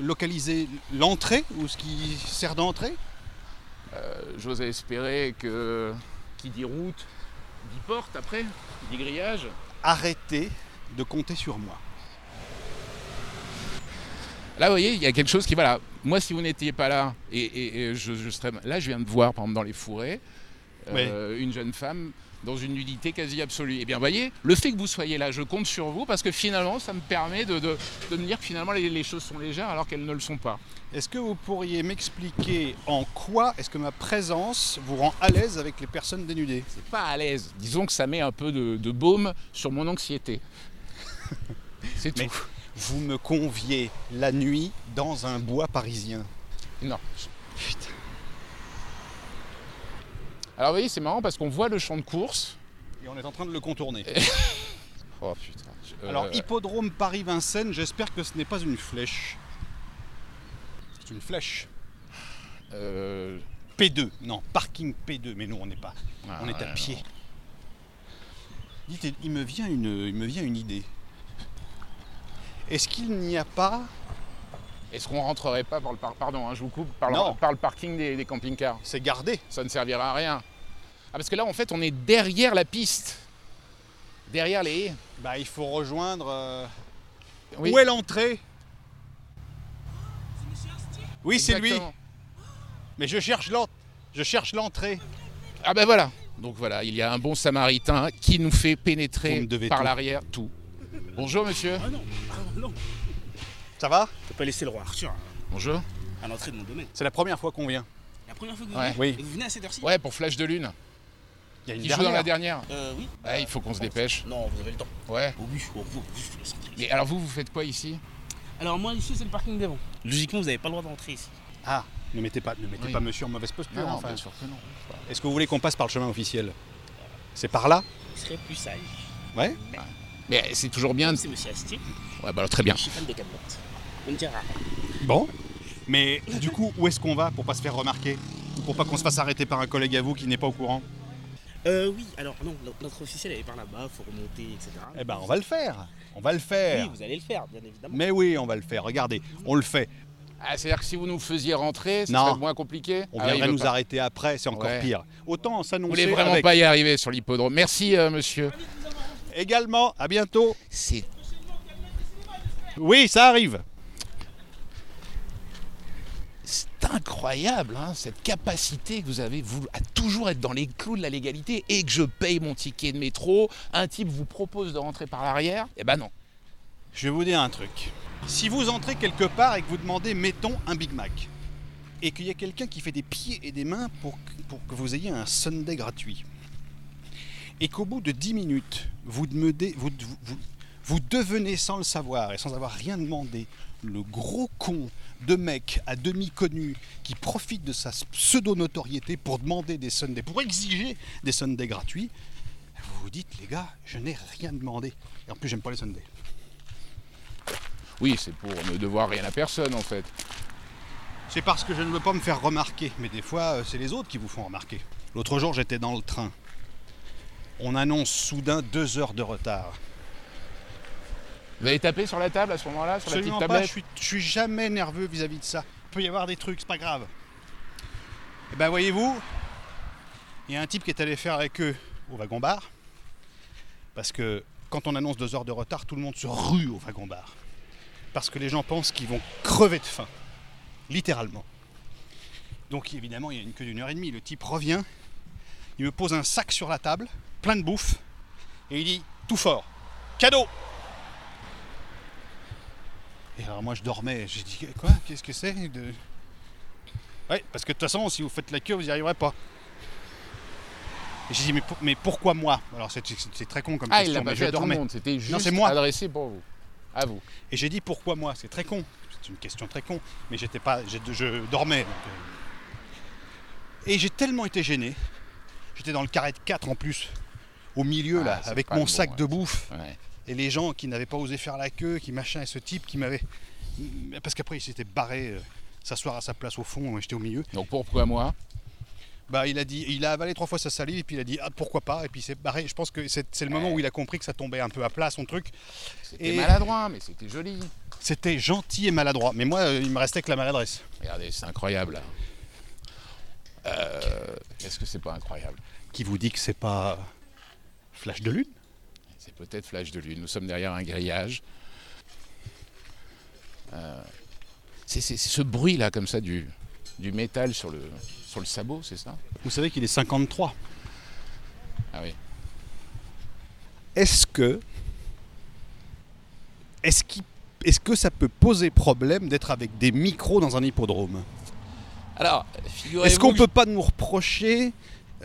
localiser l'entrée ou ce qui sert d'entrée Euh, J'osais espérer que qui dit route, dit porte après, qui dit grillage. Arrêtez de compter sur moi. Là, vous voyez, il y a quelque chose qui, voilà, moi, si vous n'étiez pas là, et, et- et je, je serais. Là, je viens de voir, par exemple, dans les fourrés, euh, une jeune femme dans une nudité quasi absolue. Eh bien, vous voyez, le fait que vous soyez là, je compte sur vous, parce que finalement, ça me permet de, de, de me dire que finalement, les, les choses sont légères alors qu'elles ne le sont pas. Est-ce que vous pourriez m'expliquer en quoi est-ce que ma présence vous rend à l'aise avec les personnes dénudées C'est pas à l'aise. Disons que ça met un peu de, de baume sur mon [LAUGHS] anxiété. C'est tout. Mais- Vous me conviez la nuit dans un bois parisien. Non. Putain. Alors, vous voyez, c'est marrant parce qu'on voit le champ de course. Et on est en train de le contourner. Oh putain. Je- Alors, euh, hippodrome Paris-Vincennes, j'espère que ce n'est pas une flèche. C'est une flèche. euh, P2, non, parking P2, mais nous on n'est pas, on est ouais, à non. pied. Ah, Dites, il me vient une, il me vient une idée. Est-ce qu'il n'y a pas, Est-ce qu'on rentrerait pas par le par- pardon, hein, je vous coupe par le, Non. par le parking des, des camping-cars c'est gardé, Ça ne servira à rien. Ah parce que là en fait on est derrière la piste, derrière les haies. bah il faut rejoindre. euh, Oui. Où est l'entrée Oui, c'est lui. Exactement. Mais je cherche l'entrée. Je cherche l'entrée. Ah ben voilà. Donc voilà, il y a un bon samaritain qui nous fait Vous pénétrer me devez par tout. l'arrière tout. Bonjour monsieur. Ah non, ah non, Ça va je peux pas laisser le roi Arthur Bonjour. à l'entrée de mon domaine. C'est la première fois qu'on vient. La première fois que vous Ouais. venez, Oui. et vous venez à cette heure-ci Ouais, pour Flash de Lune. Il y a une Il joue dans la dernière. dernière. Euh, oui. Ouais, il faut qu'on se dépêche. Non, vous avez le temps. Ouais. Oh oui, oh, oh, oui, je vous laisse entrer. Mais alors vous, vous faites quoi ici Alors moi, ici, c'est le parking devant. Logiquement, vous n'avez pas le droit d'entrer ici. Ah, ne mettez pas, ne mettez Oui. pas monsieur en mauvaise posture. enfin. bien sûr que non. Est-ce que vous voulez qu'on passe par le chemin officiel C'est par là Ce serait plus sage. Ouais. Mais c'est toujours bien. de- C'est monsieur Astier, Ouais, bah alors très bien. je suis fan de Camelot. On me dira. Bon. Mais du coup, où est-ce qu'on va pour pas se faire remarquer Ou pour pas qu'on se fasse arrêter par un collègue à vous qui n'est pas au courant Euh, oui, alors non, no- notre officiel, elle est par là-bas, faut remonter, etc. Eh ben, on va le faire. On va le Oui, faire. vous allez le faire, bien évidemment. Mais oui, on va le faire. Regardez, on le fait. Ah, c'est-à-dire que si vous nous faisiez rentrer, ça Non. serait moins compliqué On Ah, il viendrait veut nous pas. arrêter après, c'est encore Ouais. pire. Autant Vous s'annoncer voulez vraiment avec- pas y arriver sur l'hippodrome. Merci, euh, monsieur. Également, à bientôt. C'est Oui, ça arrive. c'est incroyable, hein, cette capacité que vous avez vous, à toujours être dans les clous de la légalité et que je paye mon ticket de métro. Un type vous propose de rentrer par l'arrière. Eh ben non. Je vais vous dire un truc. Si vous entrez quelque part et que vous demandez, mettons, un Big Mac, et qu'il y a quelqu'un qui fait des pieds et des mains pour que, pour que vous ayez un Sunday gratuit, et qu'au bout de 10 minutes, vous, demandez, vous, vous- vous- vous devenez, sans le savoir et sans avoir rien demandé, le gros con de mec à demi connu qui profite de sa pseudo-notoriété pour demander des Sundays, pour exiger des Sundays gratuits, vous vous dites, les gars, je n'ai rien demandé. Et en plus, j'aime pas les Sundays. Oui, c'est pour ne devoir rien à personne en fait. C'est parce que je ne veux pas me faire remarquer, mais des fois, euh, c'est les autres qui vous font remarquer. L'autre jour, j'étais dans le train. On annonce soudain deux heures de retard. Vous avez tapé sur la table à ce moment-là, sur Absolument la petite pas, tablette je suis, je suis jamais nerveux vis-à-vis de ça. Il peut y avoir des trucs, c'est pas grave. Et ben voyez-vous, il y a un type qui est allé faire avec eux au wagon bar. Parce que quand on annonce deux heures de retard, tout le monde se rue au wagon bar. Parce que les gens pensent qu'ils vont crever de faim. Littéralement. Donc évidemment, il y a une queue d'une heure et demie. Le type revient, il me pose un sac sur la table, plein de bouffe, et il dit tout fort, cadeau et alors moi je dormais, j'ai dit quoi Qu'est-ce que c'est de... Ouais, parce que de toute façon, si vous faites la queue, vous n'y arriverez pas. Et J'ai dit mais, pour- mais pourquoi moi Alors c'est- c'est c'est très con comme Ah, il question, l'a mais pas je fait à tout le dormais. monde, c'était juste c'est moi. adressé pour vous. À vous. Et j'ai dit pourquoi moi C'est très con. C'est une question très con. Mais j'étais pas, j'ai- je dormais. donc, euh. Et j'ai tellement été gêné. J'étais dans le carré de 4 en plus, au milieu Ah, là, c'est avec pas mon le bon, sac ouais. de bouffe Ouais. et les gens qui n'avaient pas osé faire la queue, qui machin, et ce type qui m'avait. Parce qu'après il s'était barré euh, s'asseoir à sa place au fond, et j'étais au milieu. Donc pourquoi moi Bah il a dit, il a avalé trois fois sa salive, et puis il a dit ah pourquoi pas, et puis il s'est barré. Je pense que c'est c'est le moment Ouais. où il a compris que ça tombait un peu à plat son truc. C'était Et- maladroit, mais c'était joli. C'était gentil et maladroit, mais moi euh, il me restait que la maladresse. Regardez, c'est incroyable. là. Euh, Est-ce que c'est pas incroyable qui vous dit que c'est pas Flash de Lune C'est peut-être flash de lune. Nous sommes derrière un grillage. Euh, c'est c'est- c'est ce bruit-là, comme ça, du, du métal sur le, sur le sabot, c'est ça Vous savez qu'il est 53. Ah oui. Est-ce que. Est-ce qu'il- est-ce que ça peut poser problème d'être avec des micros dans un hippodrome Alors, Est-ce figurez-vous qu'on que peut pas nous reprocher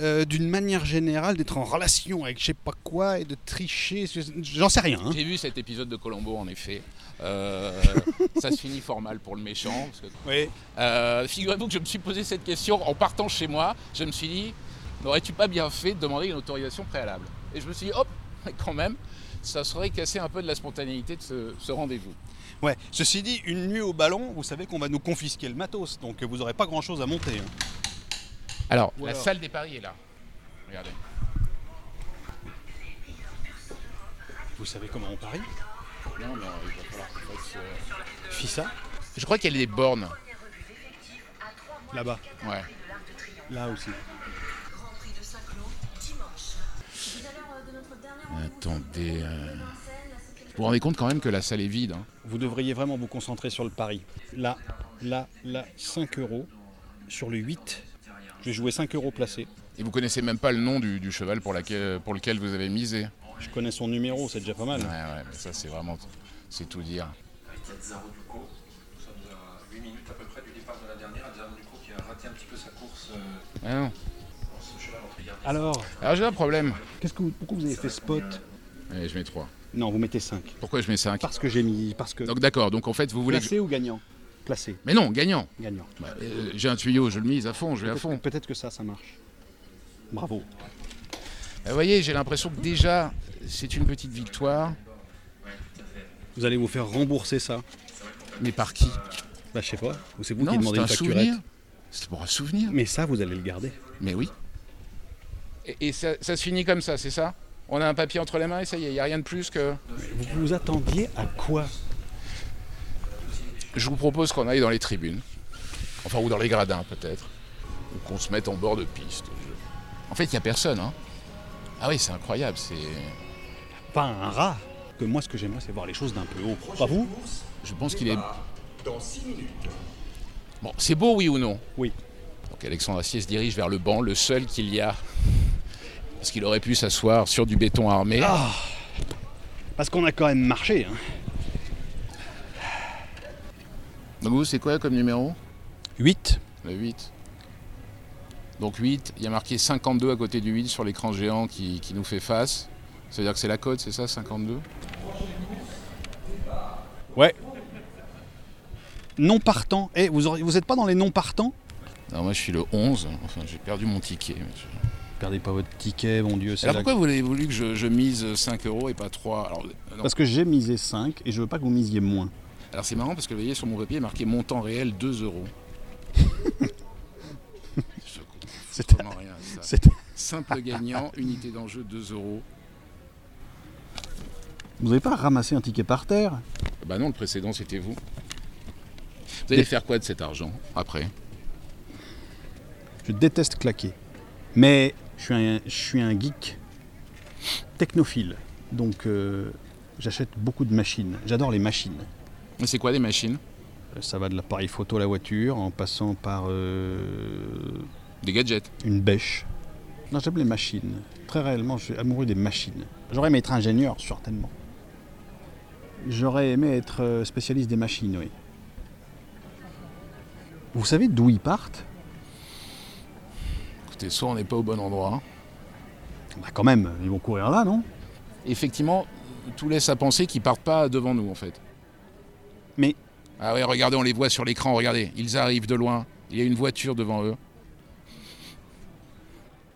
euh, d'une manière générale d'être en relation avec je sais pas quoi et de tricher sur- J'en sais rien. hein. J'ai vu cet épisode de Colombo en effet. [LAUGHS] Euh, ça se finit fort mal pour le méchant. parce que- Euh, Figurez-vous que je me suis posé cette question en partant chez moi. Je me suis dit, n'aurais-tu pas bien fait de demander une autorisation préalable Et je me suis dit, hop, [LAUGHS] quand même, ça serait casser un peu de la spontanéité de ce, ce rendez-vous. Ouais. Ceci dit, une nuit au ballon, vous savez qu'on va nous confisquer le matos, donc vous aurez pas grand chose à monter. hein. Alors, Ou la alors- salle des paris est là. Regardez. Vous savez comment on parie Non, mais il va falloir qu'on fasse, euh, FISA Je crois qu'il y a des bornes. Là-bas. Ouais. Là aussi. Attendez. euh, Vous vous rendez compte quand même que la salle est vide. hein Vous devriez vraiment vous concentrer sur le pari. Là, là, là, 5 euros. Sur le 8, J'ai joué 5 euros placés. Et vous connaissez même pas le nom du, du cheval pour, laquelle- pour lequel vous avez misé. Je connais son numéro, c'est déjà pas mal. Ouais, ouais, mais ça c'est vraiment, c'est tout dire. Tête Zaro Duco. Nous sommes à 8 minutes à peu près du départ de la dernière. Zaro Duco qui a raté un petit peu sa course. euh, Ah non. ce cheval entre gardes. Alors, Alors j'ai un problème. qu'est-ce que vous- pourquoi vous avez fait spot Allez, je mets 3. Non, vous mettez 5. Pourquoi je mets 5 Parce que j'ai mis. Parce que. Donc d'accord, donc en fait vous voulez... que je- placé ou gagnant Placé, Mais non, gagnant. gagnant. Bah, euh, j'ai un tuyau, je le mise à fond, je vais à fond. Peut-être que ça, ça marche. Bravo. Vous voyez, j'ai l'impression que déjà, c'est une petite victoire, Vous allez vous faire rembourser ça mais par qui Bah, je sais pas. Ou c'est vous qui Non, demandez c'est une un facturette souvenir. C'est pour un souvenir. Mais ça, vous allez le garder. Mais oui. Et, et ça, ça se finit comme ça, c'est ça On a un papier entre les mains et ça y est, il n'y a rien de plus que... Vous vous attendiez à quoi Je vous propose qu'on aille dans les tribunes. Enfin, ou dans les gradins peut-être. Ou qu'on se mette en bord de piste. Je- En fait, il n'y a personne. Hein. Ah oui, c'est incroyable, c'est... Pas un rat. Que moi, ce que j'aimerais, c'est voir les choses d'un peu haut. Pas vous Je pense qu'il est... Bon, c'est beau, oui ou non Oui. Donc Alexandre Assier se dirige vers le banc, le seul qu'il y a. Parce qu'il aurait pu s'asseoir sur du béton armé. Ah Parce qu'on a quand même marché. Hein. Donc vous, c'est quoi comme numéro 8 Le 8. Donc 8, il y a marqué 52 à côté du 8 sur l'écran géant qui, qui nous fait face. Ça veut dire que c'est la cote, c'est ça, 52 Non partant. Eh, vous n'êtes vous êtes pas dans les non partants Non, moi je suis le 11, enfin j'ai perdu mon ticket. mais je- Perdez pas votre ticket, mon Dieu. c'est Alors la- pourquoi vous avez voulu que je, je mise 5 euros et pas 3 Alors, euh, non. Parce que j'ai misé 5 et je veux pas que vous misiez moins. Alors, c'est marrant parce que vous voyez sur mon papier il est marqué montant réel 2 euros. [LAUGHS] je comprends C'est vraiment rien à ça. c'est- Simple gagnant, unité d'enjeu 2 euros. Vous n'avez pas ramassé un ticket par terre Bah non, le précédent c'était vous. Vous allez faire quoi de cet argent après Je déteste claquer. Mais je suis un, je suis un geek technophile. Donc euh, j'achète beaucoup de machines. J'adore les machines. Euh, Mais c'est quoi des machines Ça va de l'appareil photo à la voiture, en passant par euh, Des gadgets. une bêche. Non, j'aime les machines. Très réellement, je suis amoureux des machines. J'aurais aimé être ingénieur, certainement. J'aurais aimé être euh, spécialiste des machines, oui. Vous savez d'où ils partent Écoutez, soit on n'est pas au bon endroit. Bah quand même, ils vont courir là, non Effectivement, tout laisse à penser qu'ils partent pas devant nous en fait. Mais- Ah ouais, regardez, on les voit sur l'écran, regardez, ils arrivent de loin. Il y a une voiture devant eux. Ah,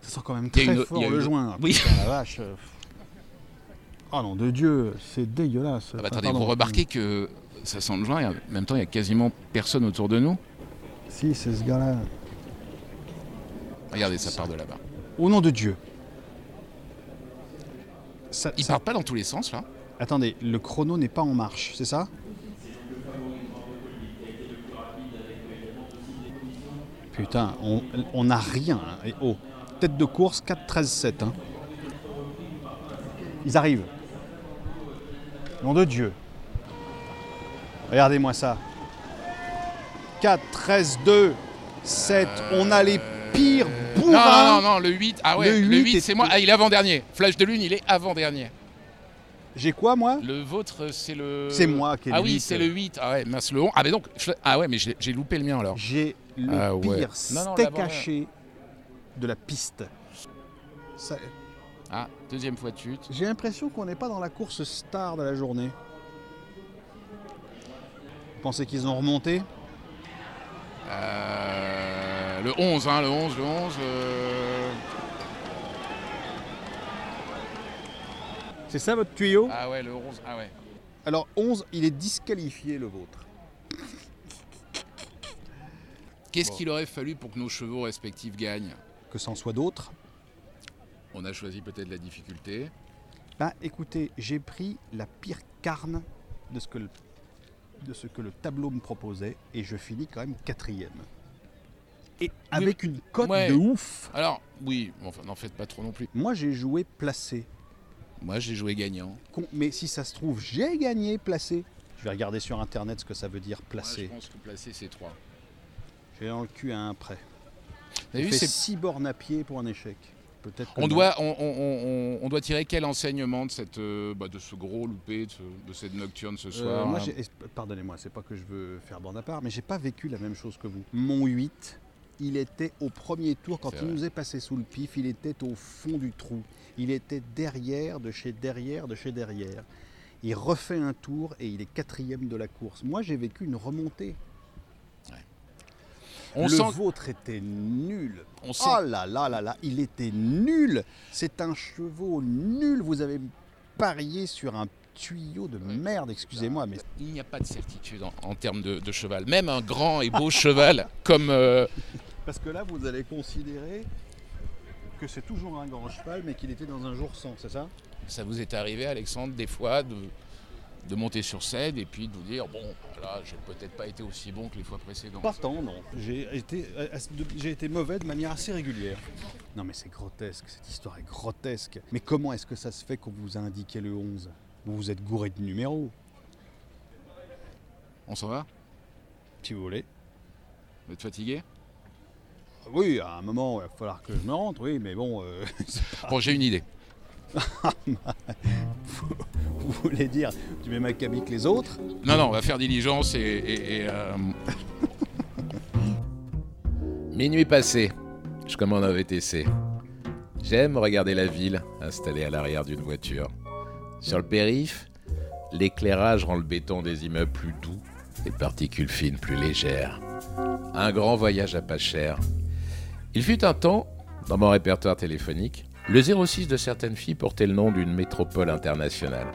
Ça sent quand même Il très y a une- fort il y a le une- joint. [LAUGHS] Oui. Putain, la vache. euh. Oh non, de Dieu, c'est dégueulasse. Ah bah, Ah, attendez, pardon. vous remarquez que ça sent le joint et en même temps il y a quasiment personne autour de nous. Si, c'est ce gars-là. Regardez, ça part de là-bas. Au nom de Dieu. Ça- Ils ça- partent pas dans tous les sens là. Attendez, le chrono n'est pas en marche, c'est ça Putain, on on n'a rien. hein. Et oh, tête de course 4-13-7. hein. Ils arrivent. Nom de Dieu. Regardez-moi ça. 4-13-2, 7. On a les pires Non, bourrins. non, non, non, le 8. Ah ouais, hein Le le 8, 8 est- c'est moi. Ah, il est avant-dernier. Flash de lune, il est avant-dernier. J'ai quoi, moi Le vôtre, c'est le. C'est moi qui ai Ah le oui, huit. c'est le 8. Ah ouais, mince le 11. Ah, mais donc. fla- Ah ouais, mais j'ai j'ai loupé le mien alors. J'ai le Ah ouais. pire Non, non, steak l'avant-dernier. haché de la piste. Ça- Ah, deuxième fois de chute. J'ai l'impression qu'on n'est pas dans la course star de la journée. Vous pensez qu'ils ont remonté Euh, le 11, hein, le 11, le 11. euh, C'est ça votre tuyau Ah ouais, le 11. Ah ouais. Alors 11, il est disqualifié le vôtre. Qu'est-ce Bon. qu'il aurait fallu pour que nos chevaux respectifs gagnent Que ça en soit d'autres On a choisi peut-être la difficulté. Bah écoutez, j'ai pris la pire carne de ce que le, de ce que le tableau me proposait et je finis quand même quatrième. Et avec une cote Ouais. de ouf Alors, oui, bon, enfin, n'en faites pas trop non plus. Moi j'ai joué placé. Moi, j'ai joué gagnant. Con- Mais si ça se trouve, j'ai gagné placé. Je vais regarder sur internet ce que ça veut dire Moi, je placé. pense que placer, c'est 3. J'ai dans le cul à un prêt. Vous Il avez vu, fait c'est- 6 bornes à pied pour un échec. Peut-être que on, non. doit, on, on- on- on- on doit tirer quel enseignement de, cette, euh, bah, de ce gros loupé, de, ce- de cette nocturne ce Euh, soir moi, hein. j'ai- es- pardonnez-moi, c'est pas que je veux faire bande à part, mais j'ai pas vécu la même chose que vous. Mon 8, il était au premier tour quand C'est il vrai. nous est passé sous le pif, il était au fond du trou. Il était derrière, de chez derrière, de chez derrière. Il refait un tour et il est quatrième de la course. Moi, j'ai vécu une remontée. On le sent- vôtre était nul. on sent- Oh là là là là, il était nul. C'est un chevaux nul. Vous avez parié sur un tuyau de merde, excusez-moi, mais Il n'y a pas de certitude en, en termes de, de cheval. Même un grand et beau [LAUGHS] cheval comme. euh, Parce que là, vous allez considérer que c'est toujours un grand cheval, mais qu'il était dans un jour sans, c'est ça ça vous est arrivé, Alexandre, des fois, de, de monter sur scène et puis de vous dire Bon, là, j'ai peut-être pas été aussi bon que les fois précédentes. Pas tant, non. J'ai été, euh, de- j'ai été mauvais de manière assez régulière. Non, mais c'est grotesque, cette histoire est grotesque. Mais comment est-ce que ça se fait qu'on vous a indiqué le 11 Vous vous êtes gouré de numéros, On s'en va si vous voulez. Vous êtes fatigué Oui, à un moment, il va falloir que je me rentre, oui, mais bon, euh, [LAUGHS] Bon, j'ai une idée. [LAUGHS] vous voulez dire, tu mets ma cabine que les autres Non, non, on va faire diligence et. et- et, euh, Minuit passé, je commande un VTC. J'aime regarder la ville installée à l'arrière d'une voiture. Sur le périph', l'éclairage rend le béton des immeubles plus doux, les particules fines plus légères. Un grand voyage à pas cher. Il fut un temps, dans mon répertoire téléphonique, le 06 de certaines filles portait le nom d'une métropole internationale.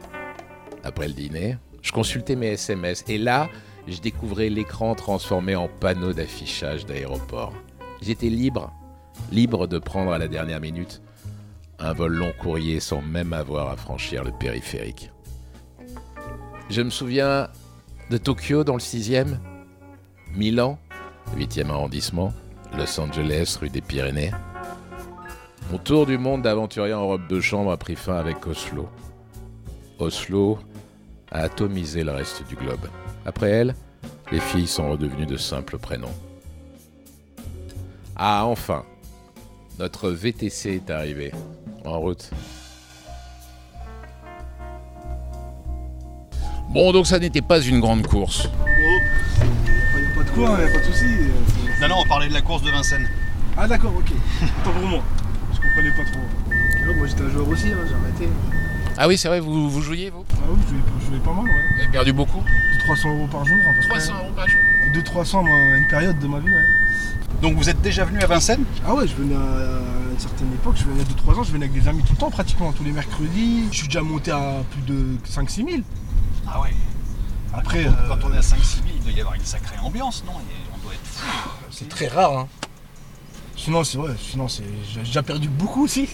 Après le dîner, je consultais mes SMS et là, je découvrais l'écran transformé en panneau d'affichage d'aéroport. J'étais libre, libre de prendre à la dernière minute un vol long courrier sans même avoir à franchir le périphérique. Je me souviens de Tokyo dans le 6e, Milan, 8e arrondissement, Los Angeles, rue des Pyrénées. Mon tour du monde d'aventurier en robe de chambre a pris fin avec Oslo. Oslo a atomisé le reste du globe. Après elle, les filles sont redevenues de simples prénoms. Ah, enfin Notre VTC est arrivé. En route. Bon, donc ça n'était pas une grande course. Il n'y a pas de quoi, il n'y a pas de souci. euh, Non, non, on parlait de la course de Vincennes. Ah d'accord, ok. Autant pour moi. Je comprenais pas trop. Et là, moi j'étais un joueur aussi, hein, j'ai arrêté. Ah oui, c'est vrai, vous, vous jouiez, vous Ah oui, je jouais, je jouais pas mal, ouais. Vous avez perdu beaucoup De 300 euros par jour. à peu près. euros par jour. De 300 moi, à une période de ma vie, ouais. Donc vous êtes déjà venu à Vincennes Ah ouais, je venais à une certaine époque, je venais à 2-3 ans, je venais avec des amis tout le temps, pratiquement tous les mercredis. Je suis déjà monté à plus de 5-6 000. Ah ouais. Après, Quand, euh, quand on est à 5-6 000, il doit y avoir une sacrée ambiance, non Et On doit être fou. c'est très rare. Hein. Sinon, c'est ouais, sinon c'est, j'ai déjà perdu beaucoup aussi.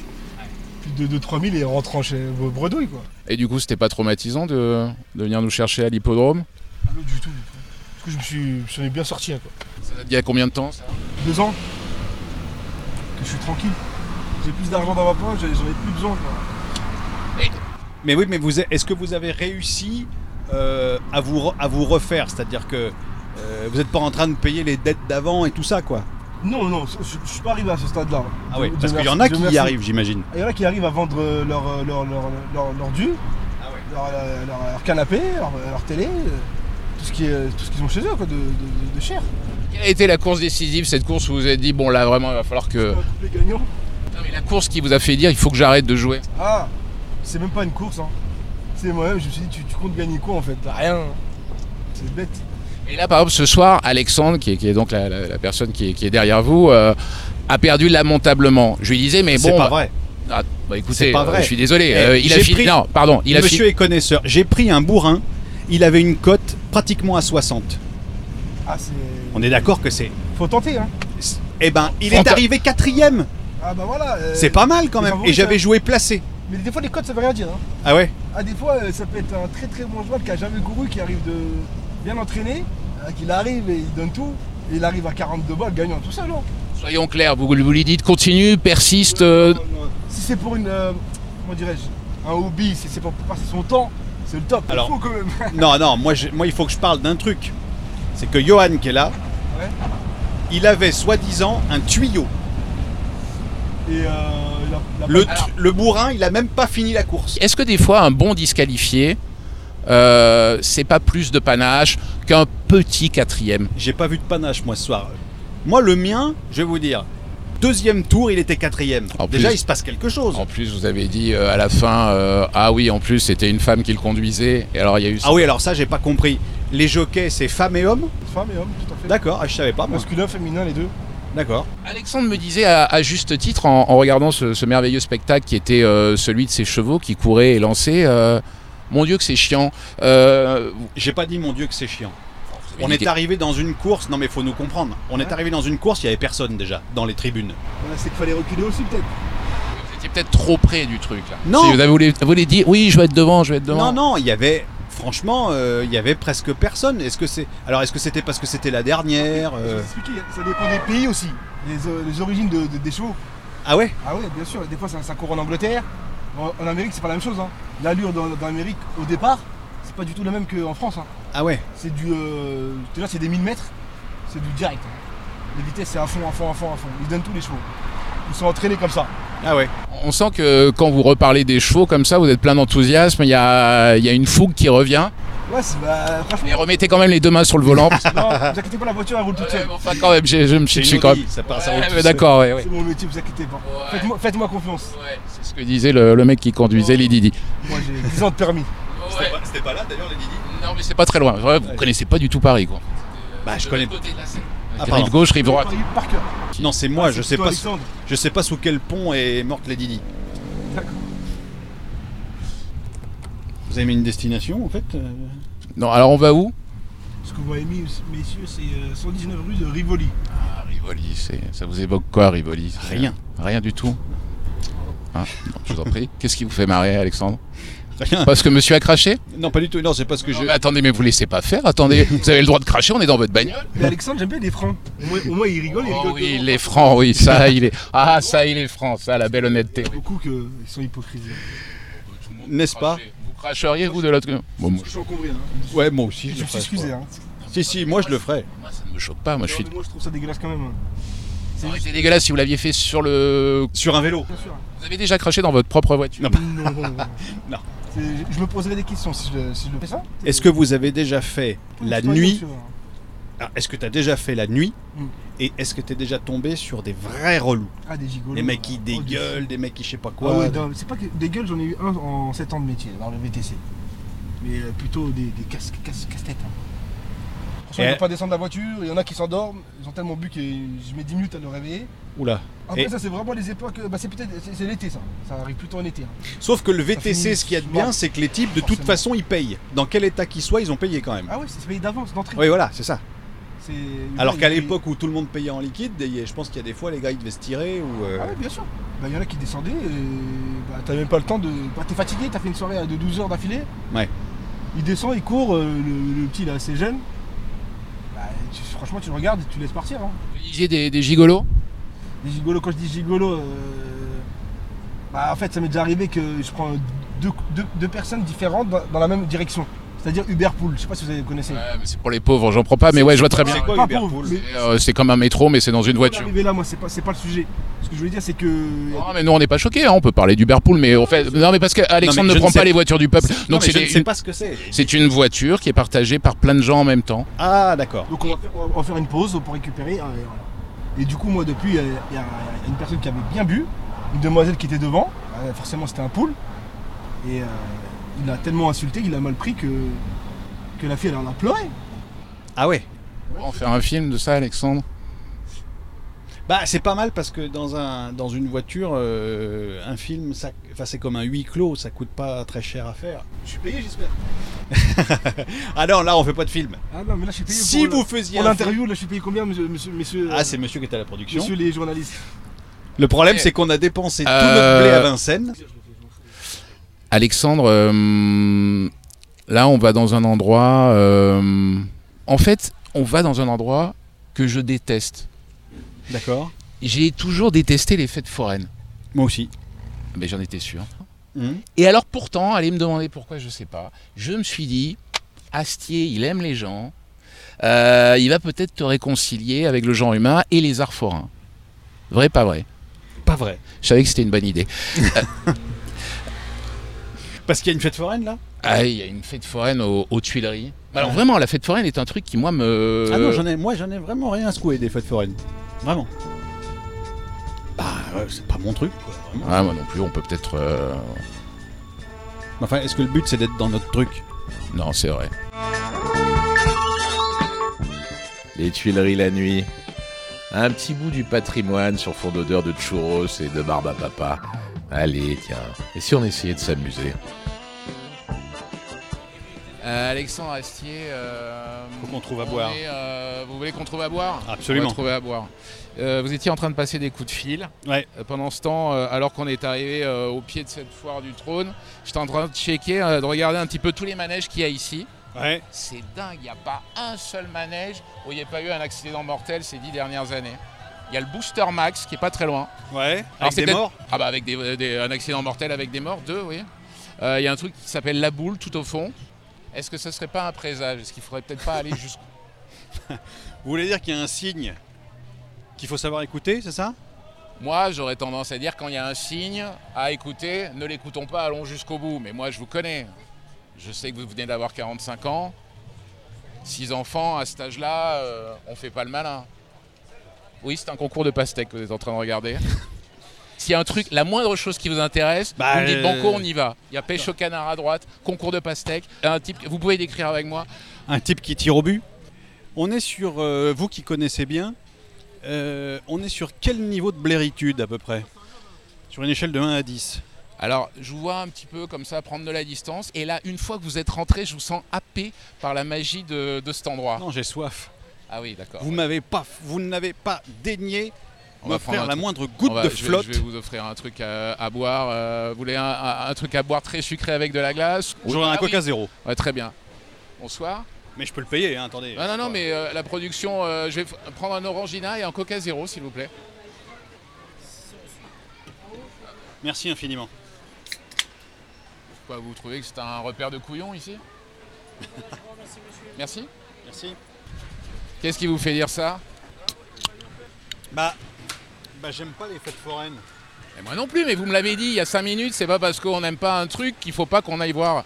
Plus de 2-3 000 et rentrant chez Bredouille, quoi. Et du coup, c'était pas traumatisant de, de venir nous chercher à l'hippodrome Ah non, du tout, du tout. Parce que je me suis, je me suis bien sorti, hein, quoi. Ça date d'il y a combien de temps ça deux ans que je suis tranquille. J'ai plus d'argent dans ma poche, j'en ai plus besoin. quoi. Mais oui, mais vous, est-ce que vous avez réussi euh, à, vous, re- à vous refaire C'est-à-dire que euh, vous n'êtes pas en train de payer les dettes d'avant et tout ça, quoi Non, non, je, je- je suis pas arrivé à ce stade-là. Ah Dieu- oui, Dieu parce qu'il y en merci, a Dieu qui y merci. arrivent, j'imagine. Il y en a qui arrivent à vendre euh, leur, euh, leur, leur, leur, leur dû, Ah leur, euh, leur- leur canapé, leur, leur télé, euh, tout ce qui est- tout ce qu'ils ont chez eux quoi, de, de- de- de cher. Quelle a été la course décisive, cette course où vous avez dit, bon là vraiment, il va falloir Euh. que... Les gagnants. Non, mais la course qui vous a fait dire, il faut que j'arrête de jouer. Ah, c'est même pas une course. Hein. C'est moi-même, je me suis dit, tu, tu comptes gagner quoi en fait T'as Rien. hein. C'est bête. Et là, par exemple, ce soir, Alexandre, qui est, qui est donc la, la- la personne qui est, qui est derrière vous, euh, a perdu lamentablement. Je lui disais, mais C'est bon, pas bah, vrai. Ah, bah, écoutez, C'est pas euh, vrai. je suis désolé. Eh, euh, il a j'ai fini. pris- Non, pardon, il a Monsieur fini. est connaisseur. J'ai pris un bourrin. Il avait une cote pratiquement à 60. Ah, c'est. On est d'accord que c'est. Faut tenter. Hein. Eh ben, il Fanta- est arrivé quatrième. Ah bah voilà. euh, C'est pas mal quand c'est même. pas Et bon, j'avais ça. joué placé. Mais des fois, les codes, ça veut rien dire. hein. Ah ouais Ah, des fois, euh, ça peut être un très très bon joueur qui a jamais couru, qui arrive de bien entraîné, euh, qu'il arrive et il donne tout, et il arrive à 42 balles gagnant tout seul. hein. Soyons clairs, vous, vous lui dites continue, persiste. euh, Si c'est pour une. euh, comment dirais-je Un hobby, si c'est pour passer son temps, c'est le top. Alors- Il faut quand même. [LAUGHS] Non, non, moi, je- moi il faut que je parle d'un truc. C'est que Johan qui est là, Ouais. il avait soi-disant un tuyau. euh, Et Ah, Le, le bourrin, il a même pas fini la course. Est-ce que des fois un bon disqualifié, euh, c'est pas plus de panache qu'un petit quatrième J'ai pas vu de panache moi ce soir. Moi le mien, je vais vous dire, deuxième tour, il était quatrième. Déjà, plus- il se passe quelque chose. En plus, vous avez dit euh, à la fin, euh, ah oui, en plus, c'était une femme qui le conduisait. Et alors, il y a eu ça. Ah oui, alors ça, j'ai pas compris. Les jockeys, c'est femmes et hommes Femme et homme, tout à fait. D'accord, ah, je savais pas moi. Masculin, féminin, les deux. D'accord. Alexandre me disait à, à juste titre, en, en regardant ce, ce merveilleux spectacle qui était euh, celui de ces chevaux qui couraient et lançaient, euh, mon Dieu que c'est chiant. Euh, J'ai pas dit mon Dieu que c'est chiant. avez On une est idée. arrivé dans une course, non mais faut nous comprendre. On est arrivé dans une course, il y avait personne déjà dans les tribunes. Voilà, C'est qu'il fallait reculer aussi, peut-être. vous étiez peut-être trop près du truc. Là. Non. Si vous, avez voulu, vous voulez dire, oui, je vais être devant, je vais être devant. Non non, il y avait franchement, euh, il y avait presque personne. Est-ce que c'est Alors est-ce que c'était parce que c'était la dernière Je vais euh, vous expliquer, ça dépend des pays aussi, les, euh, les origines de- de- des chevaux. Ah ouais Ah ouais, bien sûr, des fois ça, ça court en Angleterre. En, en Amérique, c'est pas la même chose. hein. L'allure dans, dans l'Amérique, au départ, c'est pas du tout la même qu'en France. hein. Ah ouais. C'est du. euh, déjà, c'est des 1000 mètres, c'est du direct. hein. Les vitesses, c'est à fond, à fond, à fond, à fond. Ils donnent tous les chevaux. Ils sont entraînés comme ça. Ah ouais. On sent que quand vous reparlez des chevaux comme ça, vous êtes plein d'enthousiasme, il y a, il y a une fougue qui revient. Ouais, c'est. Bah, Mais [LAUGHS] franchement. remettez quand même les deux mains sur le volant. parce que- Non, vous inquiétez pas, la voiture, elle roule toute seule. Enfin, quand même, j'ai- je me suis C'est je suis une quand orgie, même. ça part, ça Ouais, roule tout mais seul. D'accord, ouais, ouais. C'est mon métier, vous inquiétez pas. Faites-moi faites-moi confiance. C'est ce que disait le, le mec qui conduisait les Didi. Moi, j'ai 10 ans de permis. C'était pas- C'était pas là d'ailleurs les Didi Non, mais c'est pas très loin. Vous vous connaissez pas du tout Paris, quoi. Bah je connais. Ah, rive pardon. gauche, rive droite. Par cœur. Non, c'est moi, Ah, je c'est sais toi, pas sous- Alexandre. je sais pas sous quel pont est morte les Didi. D'accord. Vous avez mis une destination en fait euh Non, alors on va où Ce que vous avez mis, messieurs, c'est euh, 119 rue de Rivoli. ah, Rivoli, c'est- ça vous évoque quoi, Rivoli C'est- Rien. Rien du tout. Hein Non, je vous en prie. Qu'est-ce qui vous fait marrer, Alexandre Rien. Parce que monsieur a craché Non, pas du tout. Non, c'est parce que Non, je. mais Attendez, mais vous laissez pas faire. [LAUGHS] Attendez, vous avez le droit de cracher, on est dans votre bagnole. Mais Alexandre, j'aime bien les francs. Au moins, au moins, il rigole, il Oh rigole. oui, Oh, il est franc, oui, ça, il est. Ah, ça, il est franc, ça, la belle honnêteté. Il y a beaucoup que- ils sont hypocrites. N'est-ce pas Vous cracheriez, vous, de l'autre côté Bon, moi, Je suis encombré, hein. Ouais, moi aussi. Je le me suis ferais, excusé, je hein. crois. Si, si, moi je le ferais. moi, ça ne me choque pas. Moi, je suis. Moi, je trouve ça dégueulasse quand même. hein. Ça aurait été dégueulasse si vous l'aviez fait sur le. Sur un vélo. Bien sûr. Vous avez déjà craché dans votre propre voiture. Non, non, non. Non. C'est- Je me poserais des questions si je, si je le fais ça. Est-ce que vous avez déjà fait la Histoire nuit d'aventure. Ah, Est-ce que t'as déjà fait la nuit Mm. Et est-ce que t'es déjà tombé sur des vrais relous Ah, des gigolos. Des mecs qui Oh, Dieu. dégueulent, des mecs qui je sais pas Ah quoi. ouais, non, c'est pas que des gueules, j'en ai eu un en 7 ans de métier dans le VTC. Mais euh, plutôt des, des casse, casse, casse-tête. hein. Franchement, Et- ils ne pas descendre de la voiture, il y en a qui s'endorment, ils ont tellement bu que je mets 10 minutes à le réveiller. Oula. Après, Et- ça, c'est vraiment les époques. Bah, c'est peut-être. C'est c'est l'été, ça. Ça arrive plutôt en été. hein. Sauf que le Ça VTC, finit ce qu'il y a de souvent. bien, c'est que les types, de toute Forcément. façon, ils payent. Dans quel état qu'ils soient, ils ont payé quand même. Ah ouais, c'est payé d'avance, d'entrée. Oui, voilà, c'est ça. C'est- Alors il- qu'à il- l'époque où tout le monde payait en liquide, il y a- je pense qu'il y a des fois, les gars, ils devaient se tirer ou. euh, Ah ouais, bien sûr. Bah, il y en a qui descendaient et. Bah, t'avais même pas le temps de. Bah, t'es fatigué, t'as fait une soirée de 12 heures d'affilée. Ouais. Il descend, il court, euh, le, le petit là, assez jeune. Bah, tu- franchement, tu le regardes et tu le laisses partir. hein. Vous disiez des, des gigolos Les gigolos, quand je dis gigolo, euh, bah, en fait ça m'est déjà arrivé que je prends deux, deux- deux personnes différentes dans, dans la même direction. C'est-à-dire Uberpool, je sais pas si vous avez connaissez. Ouais, mais c'est pour les pauvres, j'en prends pas, mais ouais, je vois très bien. C'est quoi Ah, pas Uberpool pauvre, mais Euh, c'est comme un métro, mais c'est dans une voiture. arrivé là, moi, c'est pas, c'est pas le sujet. Ce que je voulais dire, c'est que. Non, mais nous on n'est pas choqués, hein, on peut parler d'Uberpool, mais en fait, non, mais parce Non, mais qu'Alexandre je ne ne prend sais pas pas. les voitures du peuple. Non, Donc mais c'est je ne des- sais pas ce que c'est. c'est une voiture qui est partagée par plein de gens en même temps. Ah, d'accord. Donc on va, faire, on va faire une pause pour récupérer. hein, et, voilà. Et du coup, moi, depuis, il y, a- il y a une personne qui avait bien bu, une demoiselle qui était devant. euh, Forcément, c'était un poule. Et euh, il a tellement insulté, il a mal pris que, que la fille, elle en a pleuré. Ah ouais. On va en faire un film de ça, Alexandre Bah, c'est pas mal parce que dans, un, dans une voiture, euh, un film, ça, enfin, c'est comme un huis clos, ça coûte pas très cher à faire. Je suis payé, j'espère. [LAUGHS] Ah non, là, on fait pas de film. Ah non, mais là, je suis payé Si pour, vous faisiez pour un l'interview. Là, je suis payé combien, monsieur, monsieur, messieurs, Ah, c'est monsieur qui était à la production. messieurs les journalistes Le problème, Eh. c'est qu'on a dépensé tout Euh. notre blé à Vincennes. Alexandre, euh, là on va dans un endroit. euh, en fait, on va dans un endroit que je déteste. D'accord. J'ai toujours détesté les fêtes foraines. Moi aussi. Mais j'en étais sûr. Et alors pourtant, allez me demander pourquoi, je sais pas. Je me suis dit, Astier, il aime les gens. Euh, il va peut-être te réconcilier avec le genre humain et les arts forains. Vrai, pas vrai pas vrai. Je savais que c'était une bonne idée. Parce qu'il y a une fête foraine là Ah, il y a une fête foraine aux, aux Tuileries. Alors vraiment, la fête foraine est un truc qui moi me. Ah non, j'en ai, moi j'en ai vraiment rien à secouer des fêtes foraines. Vraiment. Bah ouais, c'est pas mon truc quoi. vraiment. Ah, moi non plus. On peut peut-être. euh, Enfin, est-ce que le but c'est d'être dans notre truc Non, c'est vrai. Les Tuileries la nuit. Un petit bout du patrimoine sur fond d'odeur de churros et de barbe à papa. Allez, tiens. Et si on essayait de s'amuser Euh, Alexandre Astier. euh, Faut qu'on trouve à on boire. est, euh, vous voulez qu'on trouve à boire On Absolument. va trouver à boire. Euh, vous étiez en train de passer des coups de fil. Ouais. Euh, pendant ce temps, euh, alors qu'on est arrivé euh, au pied de cette foire du trône, j'étais en train de checker, euh, de regarder un petit peu tous les manèges qu'il y a ici. Ouais. C'est dingue, il n'y a pas un seul manège où il n'y a pas eu un accident mortel ces dix dernières années. Il y a le Booster Max qui est pas très loin. Ouais. Alors, Avec c'est des peut-être- morts Ah bah avec des- des- un accident mortel avec des morts, deux, oui. Euh, Il y a un truc qui s'appelle la boule tout au fond. Est-ce que ce serait pas un présage Est-ce qu'il faudrait peut-être pas [LAUGHS] aller jusqu'au... Vous voulez dire qu'il y a un signe qu'il faut savoir écouter, c'est ça Moi, j'aurais tendance à dire quand il y a un signe à écouter, ne l'écoutons pas, allons jusqu'au bout. Mais moi, je vous connais. Je sais que vous venez d'avoir 45 ans. Six enfants, à cet âge-là, euh, on fait pas le malin. Oui, c'est un concours de pastèque que vous êtes en train de [LAUGHS] regarder. S'il y a un truc, la moindre chose qui vous intéresse, Bah, vous me dites euh, banco, on y va. Il y a pêche au canard à droite, concours de pastèque. Un type, vous pouvez décrire avec moi. Un type qui tire au but On est sur, euh, vous qui connaissez bien, euh, on est sur quel niveau de bléritude à peu près Sur une échelle de 1 à 10. Alors, je vous vois un petit peu comme ça prendre de la distance. Et là, une fois que vous êtes rentré, je vous sens happé par la magie de, de cet endroit. Non, j'ai soif. Ah oui, d'accord. Vous m'avez pas, vous n'avez pas daigné On va prendre m'offrir un la truc. moindre On goutte va- de je vais- flotte. Je vais, vous offrir un truc à, à boire. euh, vous voulez un, un- un truc à boire très sucré avec de la glace J'aurais un Ah oui. coca zéro. Ouais, très bien. Bonsoir. Mais je peux le payer, hein, attendez. Non, non, non, mais euh, la production, euh, je vais f- prendre un Orangina et un Coca Zéro, s'il vous plaît. Merci infiniment. Quoi, vous trouvez que c'est un repère de couillon [LAUGHS] ici Merci. Merci. Qu'est-ce qui vous fait dire ça Bah, bah j'aime pas les fêtes foraines. Et Moi non plus, mais vous me l'avez dit il y a 5 minutes, c'est pas parce qu'on n'aime pas un truc qu'il faut pas qu'on aille voir.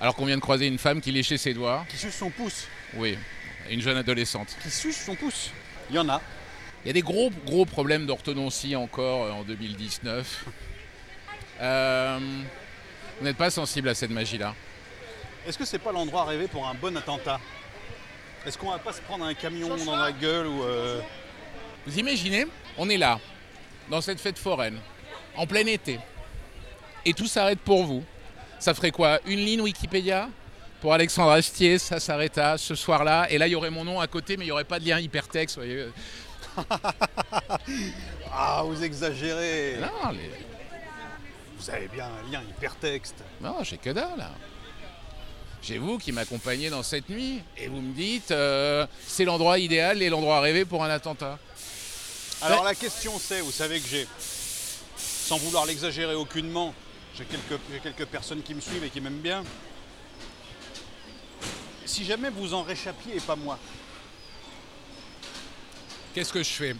Alors qu'on vient de croiser une femme qui léchait ses doigts. Qui suce son pouce. Oui, une jeune adolescente. Qui suce son pouce. Il y en a. Il y a des gros, gros problèmes d'orthodontie encore euh, en 2019. Euh, vous n'êtes pas sensible à cette magie-là. Est-ce que c'est pas l'endroit rêvé pour un bon attentat Est-ce qu'on va pas se prendre un camion dans la gueule ou euh, Vous imaginez, on est là, dans cette fête foraine, en plein été, et tout s'arrête pour vous. Ça ferait quoi Une ligne Wikipédia pour Alexandre Astier, ça s'arrête à ce soir-là, et là il y aurait mon nom à côté, mais il n'y aurait pas de lien hypertexte. vous voyez. Ah, vous exagérez. Non, les- Vous avez bien un lien hypertexte. Non, j'ai que dalle. là. J'ai vous qui m'accompagnez dans cette nuit et vous me dites euh, c'est l'endroit idéal et l'endroit rêvé pour un attentat. Alors la question c'est, vous savez que j'ai, sans vouloir l'exagérer aucunement, j'ai quelques, j'ai quelques personnes qui me suivent et qui m'aiment bien. Si jamais vous en réchappiez et pas moi, Qu'est-ce que je fais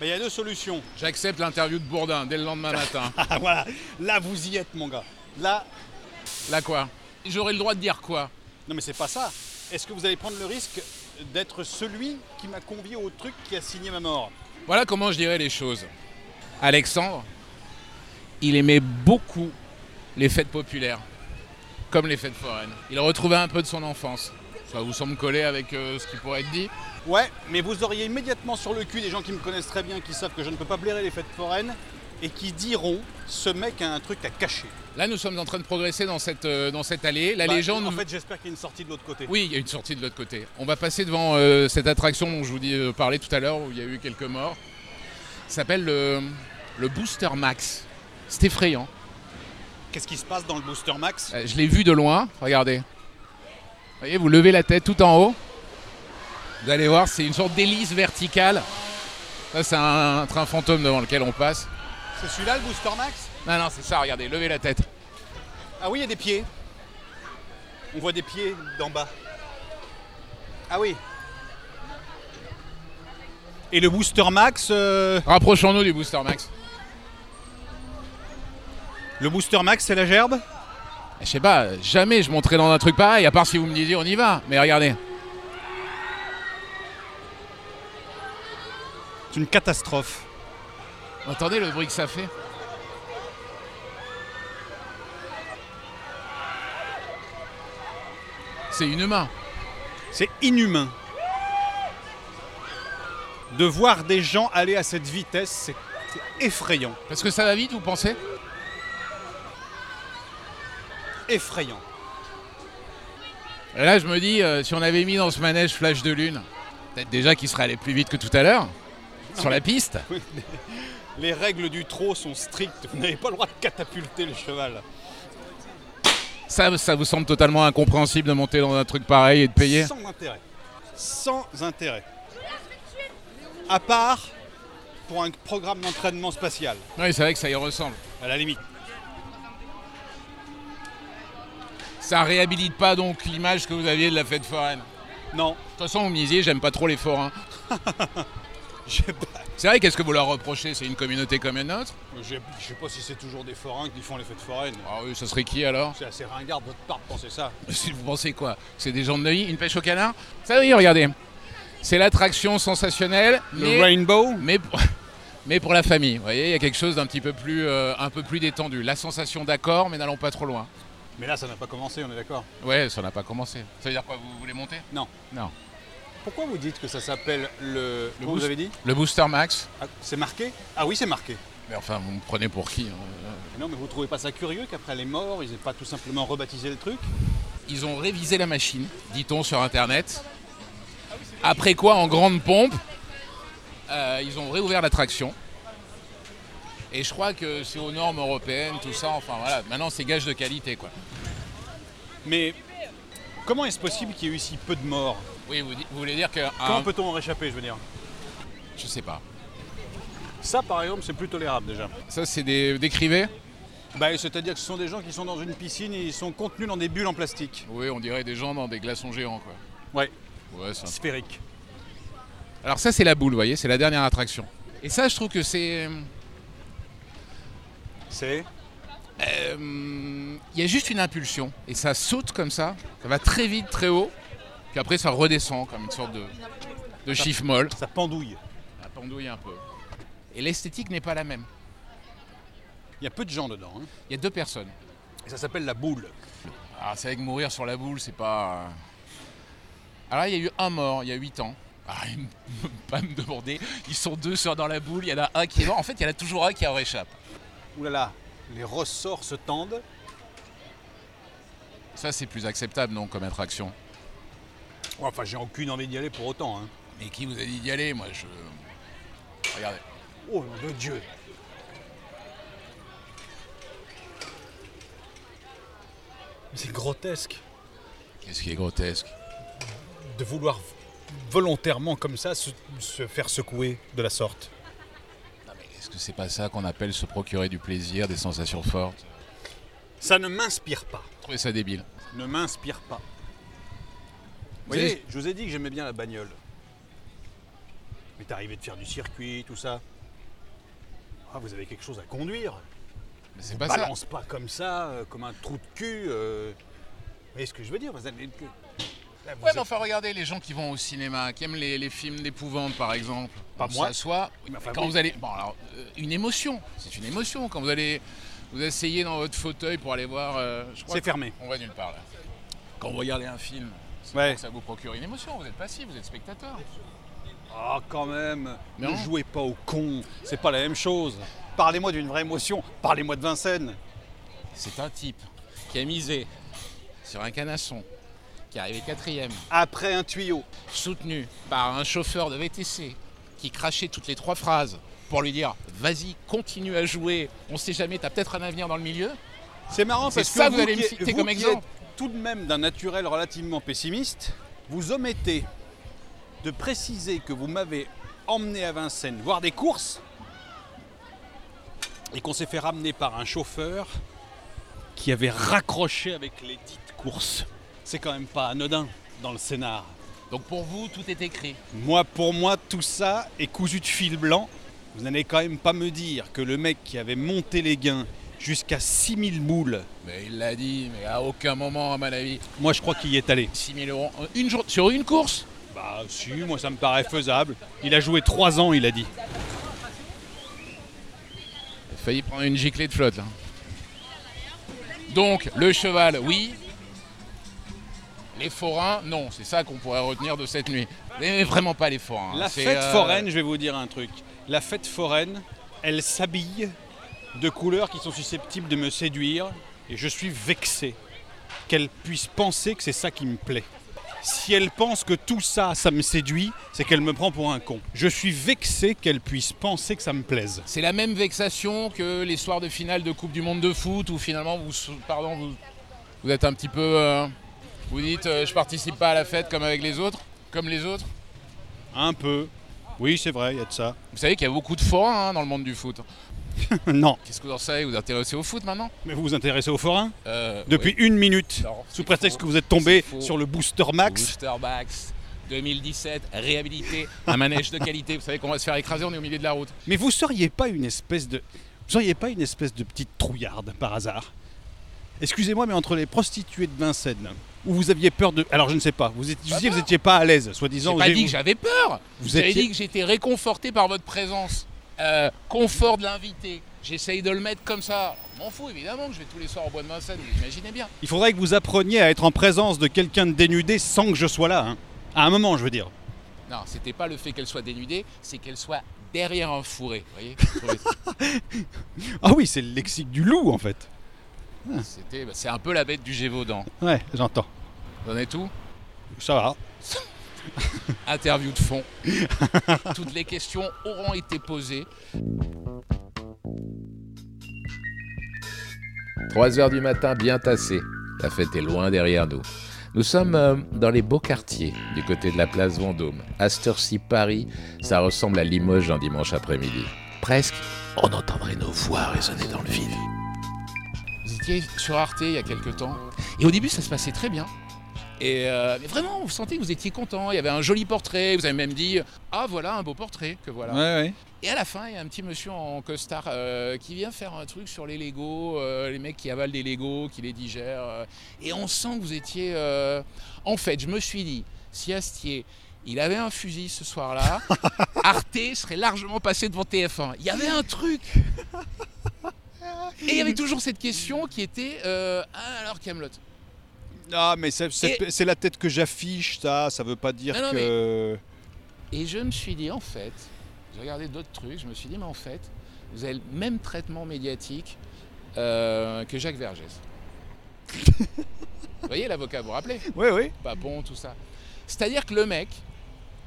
ben, il y a deux solutions. J'accepte l'interview de Bourdin dès le lendemain matin. Ah voilà, là vous y êtes mon gars. Là, Là quoi J'aurai le droit de dire quoi non mais c'est pas ça. Est-ce que vous allez prendre le risque d'être celui qui m'a convié au truc qui a signé ma mort Voilà comment je dirais les choses. Alexandre, il aimait beaucoup les fêtes populaires, comme les fêtes foraines. Il retrouvait un peu de son enfance. Ça vous semble coller avec euh, ce qui pourrait être dit Ouais, mais vous auriez immédiatement sur le cul des gens qui me connaissent très bien, qui savent que je ne peux pas blairer les fêtes foraines, et qui diront, ce mec a un truc à cacher. Là, nous sommes en train de progresser dans cette, euh, dans cette allée. Là, Bah, les gens En nous- fait, j'espère qu'il y a une sortie de l'autre côté. Oui, il y a une sortie de l'autre côté. On va passer devant euh, cette attraction dont je vous dis, euh, parlais tout à l'heure, où il y a eu quelques morts. Ça s'appelle le, le Booster Max. C'est effrayant. Qu'est-ce qui se passe dans le Booster Max Euh, Je l'ai vu de loin, regardez. Vous voyez, vous levez la tête tout en haut. Vous allez voir, c'est une sorte d'hélice verticale. Ça, c'est un train fantôme devant lequel on passe. C'est celui-là le Booster Max Non, non, c'est ça, regardez, levez la tête. Ah oui, il y a des pieds. On voit des pieds d'en bas. Ah oui. Et le Booster Max euh, Rapprochons-nous du Booster Max. Le Booster Max, c'est la gerbe Eh, Je sais pas, jamais je monterai dans un truc pareil, à part si vous me disiez on y va. Mais regardez. C'est une catastrophe. Entendez le bruit que ça fait C'est inhumain. C'est inhumain. De voir des gens aller à cette vitesse, c'est c'est effrayant. Parce que ça va vite, vous pensez Effrayant. Et là, je me dis, euh, si on avait mis dans ce manège Flash de Lune, peut-être déjà qu'il serait allé plus vite que tout à l'heure, sur la piste. Les règles du trot sont strictes. Vous n'avez pas le droit de catapulter le cheval. Ça, ça vous semble totalement incompréhensible de monter dans un truc pareil et de payer Sans intérêt. Sans intérêt. À part pour un programme d'entraînement spatial, Oui, c'est vrai que ça y ressemble. à la limite. Ça réhabilite pas donc l'image que vous aviez de la fête foraine. Non. De toute façon, vous me disiez, j'aime pas trop les forains. Je sais pas, C'est vrai, qu'est-ce que vous leur reprochez C'est une communauté comme une autre je je sais pas si c'est toujours des forains qui font les fêtes foraines. Ah oui, ça serait qui alors C'est assez ringard de votre part de penser ça. Si vous pensez quoi C'est des gens de Neuilly Une pêche au canard Ça y est, regardez. C'est l'attraction sensationnelle. mais- rainbow mais pour, [LAUGHS] mais pour la famille. Vous voyez, il y a quelque chose d'un petit peu plus, euh, un peu plus détendu. La sensation d'accord, mais n'allons pas trop loin. Mais là, ça n'a pas commencé, on est d'accord. Ouais, ça n'a pas commencé. Ça veut dire quoi Vous voulez monter Non. Non. Pourquoi vous dites que ça s'appelle le. Comment boost- vous avez dit Le booster max Ah, C'est marqué Ah oui, c'est marqué. Mais enfin, vous me prenez pour qui hein Mais Non, mais vous trouvez pas ça curieux qu'après les morts, ils aient pas tout simplement rebaptisé le truc Ils ont révisé la machine, dit-on sur Internet. Après quoi, en grande pompe, euh, ils ont réouvert l'attraction. Et je crois que c'est aux normes européennes, tout ça. Enfin voilà, maintenant c'est gage de qualité quoi. Mais comment est-ce possible qu'il y ait eu si peu de morts Hein Oui, vous, di- vous voulez dire que. Comment un- peut-on en réchapper, je veux dire Je sais pas. Ça, par exemple, c'est plus tolérable déjà. Ça, c'est des, des crivets Bah, c'est-à-dire que ce sont des gens qui sont dans une piscine et ils sont contenus dans des bulles en plastique. Oui, on dirait des gens dans des glaçons géants, quoi. Ouais, Ouais, c'est un- sphérique. Alors ça, c'est la boule, vous voyez, c'est la dernière attraction. Et ça, je trouve que c'est... C'est euh, Il y a juste une impulsion. Et ça saute comme ça, ça va très vite, très haut. Puis après, ça redescend comme une sorte de, de chiffre molle. Ça pendouille. Ça pendouille un peu. Et l'esthétique n'est pas la même. Il y a peu de gens dedans. hein. Il y a deux personnes. Et ça s'appelle la boule. Alors Ah, c'est vrai que mourir sur la boule, c'est pas. euh. Alors il y a eu un mort il y a 8 ans. Ah, ils ne [LAUGHS] pas me demander. Ils sont deux sur dans la boule, il y en a un qui est mort. En fait, il y en a toujours un qui en réchappe. Ouh là là, les ressorts se tendent. Ça, c'est plus acceptable, non, comme attraction. Ouais, Enfin, j'ai aucune envie d'y aller pour autant. hein. Mais qui vous a dit d'y aller Moi, je. Regardez. Oh nom de Dieu C'est grotesque Qu'est-ce qui est grotesque de vouloir volontairement comme ça se, se faire secouer de la sorte. Non, mais Est-ce que c'est pas ça qu'on appelle se procurer du plaisir, des sensations fortes Ça ne m'inspire pas. Vous trouvez ça débile Ne m'inspire pas. Vous Vous voyez, savez- je vous ai dit que j'aimais bien la bagnole. Mais t'es arrivé de faire du circuit, tout ça. Ah, vous avez quelque chose à conduire. Mais c'est pas ça. Balance Bah, pas comme ça, euh, comme un trou de cul. euh. Vous voyez ce que je veux dire vous avez- Là, vous Ouais, êtes- mais enfin, regardez les gens qui vont au cinéma, qui aiment les, les films d'épouvante, par exemple. Pas on moi. s'assoit. Mais enfin, quand oui. vous allez. Bon, alors, euh, une émotion. C'est une émotion. Quand vous allez vous asseyez dans votre fauteuil pour aller voir. euh, je crois C'est que- fermé. On va nulle part, là. Quand vous regardez un film, c'est Ouais. pour que ça vous procure une émotion. Vous êtes passif, vous êtes spectateur. Ah, quand même Non. Ne jouez pas au con, c'est pas la même chose. Parlez-moi d'une vraie émotion, parlez-moi de Vincennes. C'est un type qui a misé sur un canasson, qui est arrivé quatrième, Après un tuyau. soutenu par un chauffeur de VTC qui crachait toutes les trois phrases pour lui dire vas-y continue à jouer on sait jamais t'as peut-être un avenir dans le milieu C'est marrant C'est parce que ça que vous, vous allez qui me êtes- citer vous comme qui exemple êtes tout de même d'un naturel relativement pessimiste, vous omettez de préciser que vous m'avez emmené à Vincennes voir des courses et qu'on s'est fait ramener par un chauffeur qui avait raccroché avec les dites courses. C'est quand même pas anodin dans le scénar. Donc pour vous, tout est écrit. Moi, pour moi, tout ça est cousu de fil blanc. Vous n'allez quand même pas me dire que le mec qui avait monté les gains jusqu'à 6000 boules. Mais il l'a dit, mais à aucun moment, à mon avis. Moi, je crois qu'il y est allé. 6000 euros une jour... sur une course Bah, si, moi, ça me paraît faisable. Il a joué 3 ans, il a dit. Il a failli prendre une giclée de flotte, là. Donc, le cheval, oui. Les forains, non. C'est ça qu'on pourrait retenir de cette nuit. Mais vraiment pas les forains. hein. La C'est, fête euh, foraine, je vais vous dire un truc. La fête foraine, elle s'habille de couleurs qui sont susceptibles de me séduire et je suis vexé qu'elle puisse penser que c'est ça qui me plaît. Si elle pense que tout ça, ça me séduit, c'est qu'elle me prend pour un con. Je suis vexé qu'elle puisse penser que ça me plaise. C'est la même vexation que les soirs de finale de Coupe du Monde de foot où finalement vous, pardon, vous, vous êtes un petit peu, euh, vous dites euh, je participe pas à la fête comme avec les autres, comme les autres. Un peu. Oui, c'est vrai, il y a de ça. [LAUGHS] Vous savez qu'il y a beaucoup de forains hein, dans le monde du foot. non. Qu'est-ce que vous en savez Vous vous intéressez au foot maintenant Mais vous vous intéressez aux forains Euh, Depuis ouais. une minute, Non, sous c'est prétexte faux. que vous êtes tombé C'est faux. sur le Booster Max. Booster Max 2017 réhabilité, un manège de qualité. Vous savez qu'on va se faire écraser, on est au milieu de la route. Mais vous seriez pas une espèce de. Vous seriez pas une espèce de petite trouillarde par hasard Excusez-moi, mais entre les prostituées de Vincennes, où vous aviez peur de. Alors je ne sais pas, vous étiez, vous disiez que vous n'étiez pas à l'aise, soi-disant. Bah J'ai pas vous avez- dit que j'avais peur. Vous Vous avez étiez- dit que j'étais réconforté par votre présence. Euh, confort de l'invité. J'essaye de le mettre comme ça. Je M'en fous évidemment que je vais tous les soirs au bois de Vincennes, vous imaginez bien. Il faudrait que vous appreniez à être en présence de quelqu'un de dénudé sans que je sois là. hein. À un moment, je veux dire. Non, c'était pas le fait qu'elle soit dénudée, c'est qu'elle soit derrière un fourré. Vous voyez [LAUGHS] Ah oui, c'est le lexique du loup en fait. C'était- bah, C'est un peu la bête du Gévaudan. Ouais, j'entends. Vous en êtes où Ça va. Interview de [LAUGHS] fond. Toutes les questions auront été posées. 3 heures du matin bien tassées. La fête est loin derrière nous. Nous sommes euh, dans les beaux quartiers, du côté de la place Vendôme. À cette heure-ci, Paris, ça ressemble à Limoges un dimanche après-midi. Presque, on entendrait nos voix résonner dans le vide. Vous étiez sur Arte il y a quelques temps. Et au début, ça se passait très bien. Et euh, mais vraiment, vous sentez que vous étiez content. Il y avait un joli portrait. Vous avez même dit Ah, voilà un beau portrait. Que voilà. Ouais, ouais. Et à la fin, il y a un petit monsieur en costard euh, qui vient faire un truc sur les Legos, euh, les mecs qui avalent des Legos, qui les digèrent. euh. et on sent que vous étiez. euh, En fait, je me suis dit, si Astier, il avait un fusil ce soir-là, Arte serait largement passé devant TF1. Il y avait un truc. Et il y avait toujours cette question qui était euh, Ah, alors Camelot. Ah, mais c'est- c'est c'est la tête que j'affiche, ça. Ça veut pas dire Non, non, que. Et je me suis dit, en fait, j'ai regardé d'autres trucs, je me suis dit, mais en fait, vous avez le même traitement médiatique euh, que Jacques Vergès. vous voyez l'avocat, vous vous rappelez Oui, oui. Papon, tout ça. C'est-à-dire que le mec,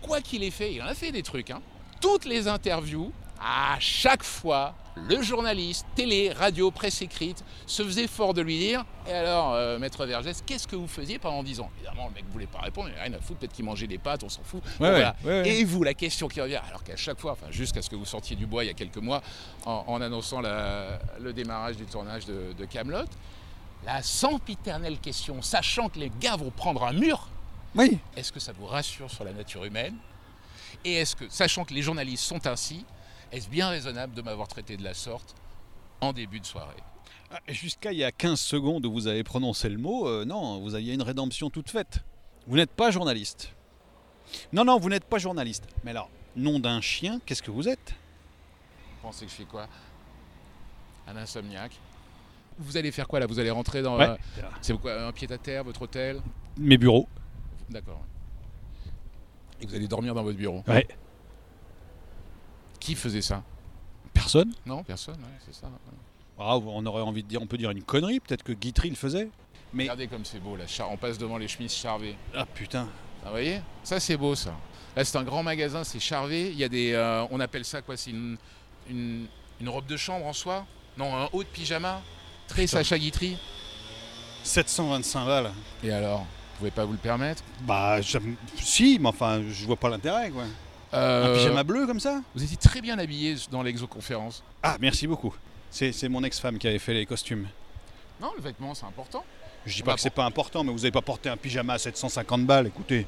quoi qu'il ait fait, il en a fait des trucs, hein, toutes les interviews, à chaque fois, le journaliste, télé, radio, presse écrite, se faisait fort de lui dire Et alors, euh, maître Vergès, qu'est-ce que vous faisiez pendant 10 ans Évidemment, le mec voulait pas répondre, il avait rien à foutre, peut-être qu'il mangeait des pâtes, on s'en fout. Bon, ouais, voilà. ouais, ouais. Et vous, la question qui revient, alors qu'à chaque fois, enfin, jusqu'à ce que vous sortiez du bois il y a quelques mois, en, en annonçant la- le démarrage du tournage de, de Camelot, la sempiternelle question, sachant que les gars vont prendre un mur, Oui. est-ce que ça vous rassure sur la nature humaine Et est-ce que, sachant que les journalistes sont ainsi, est-ce bien raisonnable de m'avoir traité de la sorte en début de soirée Ah, Jusqu'à il y a 15 secondes où vous avez prononcé le mot, euh, non, vous aviez une rédemption toute faite. Vous n'êtes pas journaliste. Non, non, vous n'êtes pas journaliste. Mais alors, nom d'un chien, qu'est-ce que vous êtes Vous pensez que je suis quoi Un insomniaque Vous allez faire quoi là Vous allez rentrer dans. Ouais. euh, c'est quoi Un pied-à-terre, votre hôtel Mes bureaux. D'accord. Et vous allez dormir dans votre bureau Ouais. Qui faisait ça Personne Non Personne, ouais, c'est ça. Ah, On aurait envie de dire, on peut dire une connerie, peut-être que Guitry le faisait. Mais- Regardez comme c'est beau là, Char- on passe devant les chemises charvées. Ah putain. Ah, vous voyez Ça, c'est beau, ça. Là, c'est un grand magasin, c'est charvé. Il y a des. euh, on appelle ça quoi C'est une, une, une robe de chambre en soi Non, un haut de pyjama Très Putain. Sacha Guitry 725 balles. Et alors Vous pouvez pas vous le permettre Bah, j'aime- si, mais enfin, je vois pas l'intérêt, quoi. Un Euh, pyjama bleu comme ça Vous étiez très bien habillé dans l'exoconférence. Ah, merci beaucoup. C'est c'est mon ex-femme qui avait fait les costumes. Non, le vêtement, c'est important. Je dis On pas va que c'est pas important, mais vous n'avez pas porté un pyjama à 750 balles, écoutez.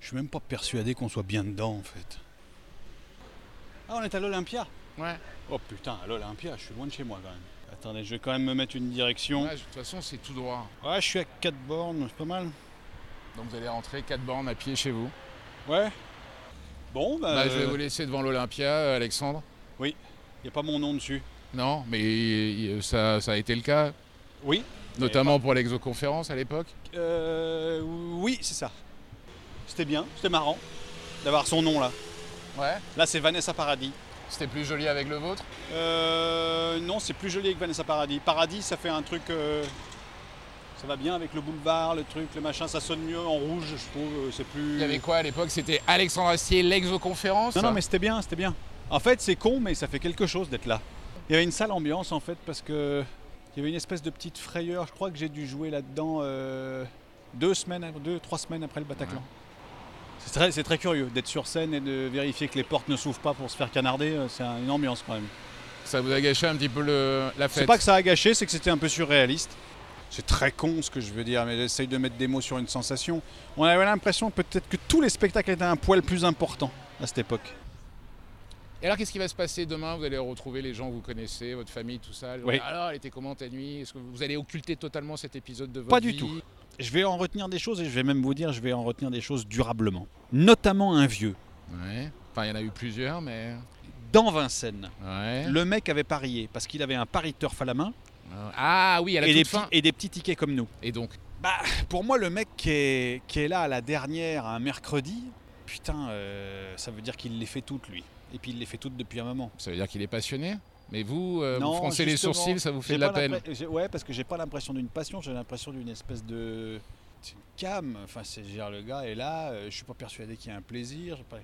Je suis même pas persuadé qu'on soit bien dedans en fait. Ah, on est à l'Olympia Ouais. Oh putain, à l'Olympia, je suis loin de chez moi quand même. Attendez, je vais quand même me mettre une direction. Ouais, de toute façon, c'est tout droit. Ouais, je suis à 4 bornes, c'est pas mal. Donc vous allez rentrer 4 bornes à pied chez vous. Ouais. Bon, bah. Bah, je vais vous laisser devant l'Olympia, euh, Alexandre. Oui. Il n'y a pas mon nom dessus. Non, mais euh, ça, ça a été le cas. Oui. Notamment pour l'exoconférence à l'époque. Euh, oui, c'est ça. C'était bien, c'était marrant d'avoir son nom là. Ouais. Là, c'est Vanessa Paradis. C'était plus joli avec le vôtre Euh, non, c'est plus joli avec Vanessa Paradis. Paradis, ça fait un truc. euh, ça va bien avec le boulevard, le truc, le machin, ça sonne mieux en rouge, je trouve. euh, C'est plus. Il y avait quoi à l'époque C'était Alexandre Astier, l'exoconférence Non, non, mais c'était bien, c'était bien. En fait, c'est con, mais ça fait quelque chose d'être là. Il y avait une sale ambiance, en fait, parce que il y avait une espèce de petite frayeur. Je crois que j'ai dû jouer là-dedans euh, deux semaines, deux, trois semaines après le Bataclan. C'est très, c'est très curieux d'être sur scène et de vérifier que les portes ne s'ouvrent pas pour se faire canarder. euh, C'est un- une ambiance quand même. Ça vous a gâché un petit peu le- la fête C'est pas que ça a gâché, c'est que c'était un peu surréaliste. C'est très con ce que je veux dire, mais j'essaye de mettre des mots sur une sensation. On avait l'impression peut-être que tous les spectacles étaient un poil plus importants à cette époque. Et alors, qu'est-ce qui va se passer demain Vous allez retrouver les gens que vous connaissez, votre famille, tout ça. Oui. Alors, elle était comment ta nuit Est-ce que vous allez occulter totalement cet épisode de votre Pas du vie tout. Je vais en retenir des choses et je vais même vous dire, je vais en retenir des choses durablement. Notamment un vieux, Ouais. Enfin, il y en a eu plusieurs, mais. dans Vincennes. Ouais. Le mec avait parié parce qu'il avait un pari turf à la main Ah oui, à la et des, toute fin. petits- et des petits tickets comme nous. Et donc Pour moi, le mec qui est, qui est là à la dernière, un mercredi, putain, euh, ça veut dire qu'il les fait toutes lui. Et puis il les fait toutes depuis un moment. Ça veut dire qu'il est passionné Mais vous, euh, vous Non, froncez les justement, sourcils, ça vous fait j'ai de pas la peine. l'impre- j'ai- Ouais, parce que j'ai pas l'impression d'une passion, j'ai l'impression d'une espèce de de cam. Enfin, c'est je veux dire, le gars est là, euh, je suis pas persuadé qu'il y a un plaisir. j'ai pas-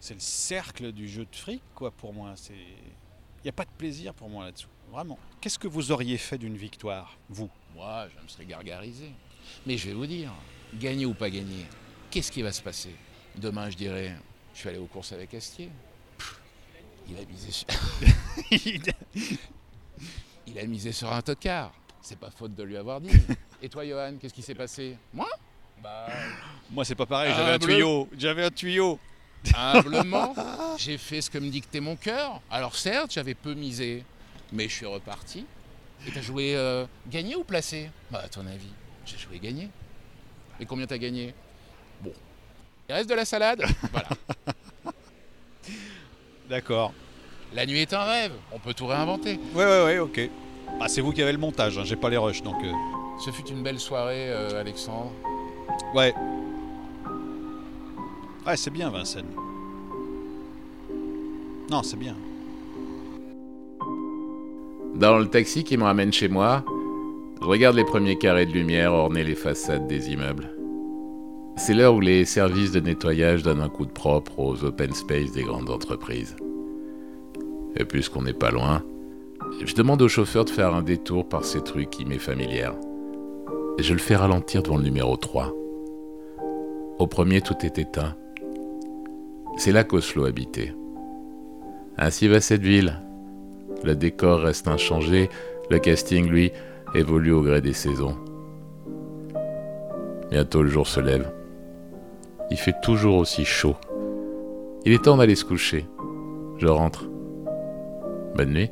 C'est le cercle du jeu de fric, quoi, pour moi. C'est il n'y a pas de plaisir pour moi là-dessous, vraiment. Qu'est-ce que vous auriez fait d'une victoire, vous Moi, je me serais gargarisé. Mais je vais vous dire, gagner ou pas gagner, qu'est-ce qui va se passer Demain, je dirais, je suis allé aux courses avec Astier. Pff, Il a misé sur, [LAUGHS] il a misé sur un tocard. C'est pas faute de lui avoir dit. Et toi, Johan, qu'est-ce qui s'est passé Moi Bah, Moi, c'est pas pareil. j'avais un tuyau, J'avais un tuyau. humblement, j'ai fait ce que me dictait mon cœur. Alors certes, j'avais peu misé, mais je suis reparti. Et t'as joué euh, gagné ou placé Bah à ton avis, j'ai joué gagné. Et combien t'as gagné Bon. Il reste de la salade Voilà. D'accord. La nuit est un rêve, on peut tout réinventer. Ouais, ouais, ouais, ok. Bah, c'est vous qui avez le montage. hein, J'ai pas les rushs, donc. euh, Ce fut une belle soirée, euh, Alexandre. Ouais. Ouais, c'est bien, Vincennes. Non, c'est bien. Dans le taxi qui me ramène chez moi, je regarde les premiers carrés de lumière orner les façades des immeubles. C'est l'heure où les services de nettoyage donnent un coup de propre aux open space des grandes entreprises. Et puisqu'on n'est pas loin, je demande au chauffeur de faire un détour par ces trucs qui m'est familière. Et Je le fais ralentir devant le numéro 3. Au premier, tout est éteint. C'est là qu'Oslo habitait. Ainsi va cette ville. Le décor reste inchangé, le casting, lui, évolue au gré des saisons. Bientôt le jour se lève. Il fait toujours aussi chaud. Il est temps d'aller se coucher. Je rentre. Bonne nuit.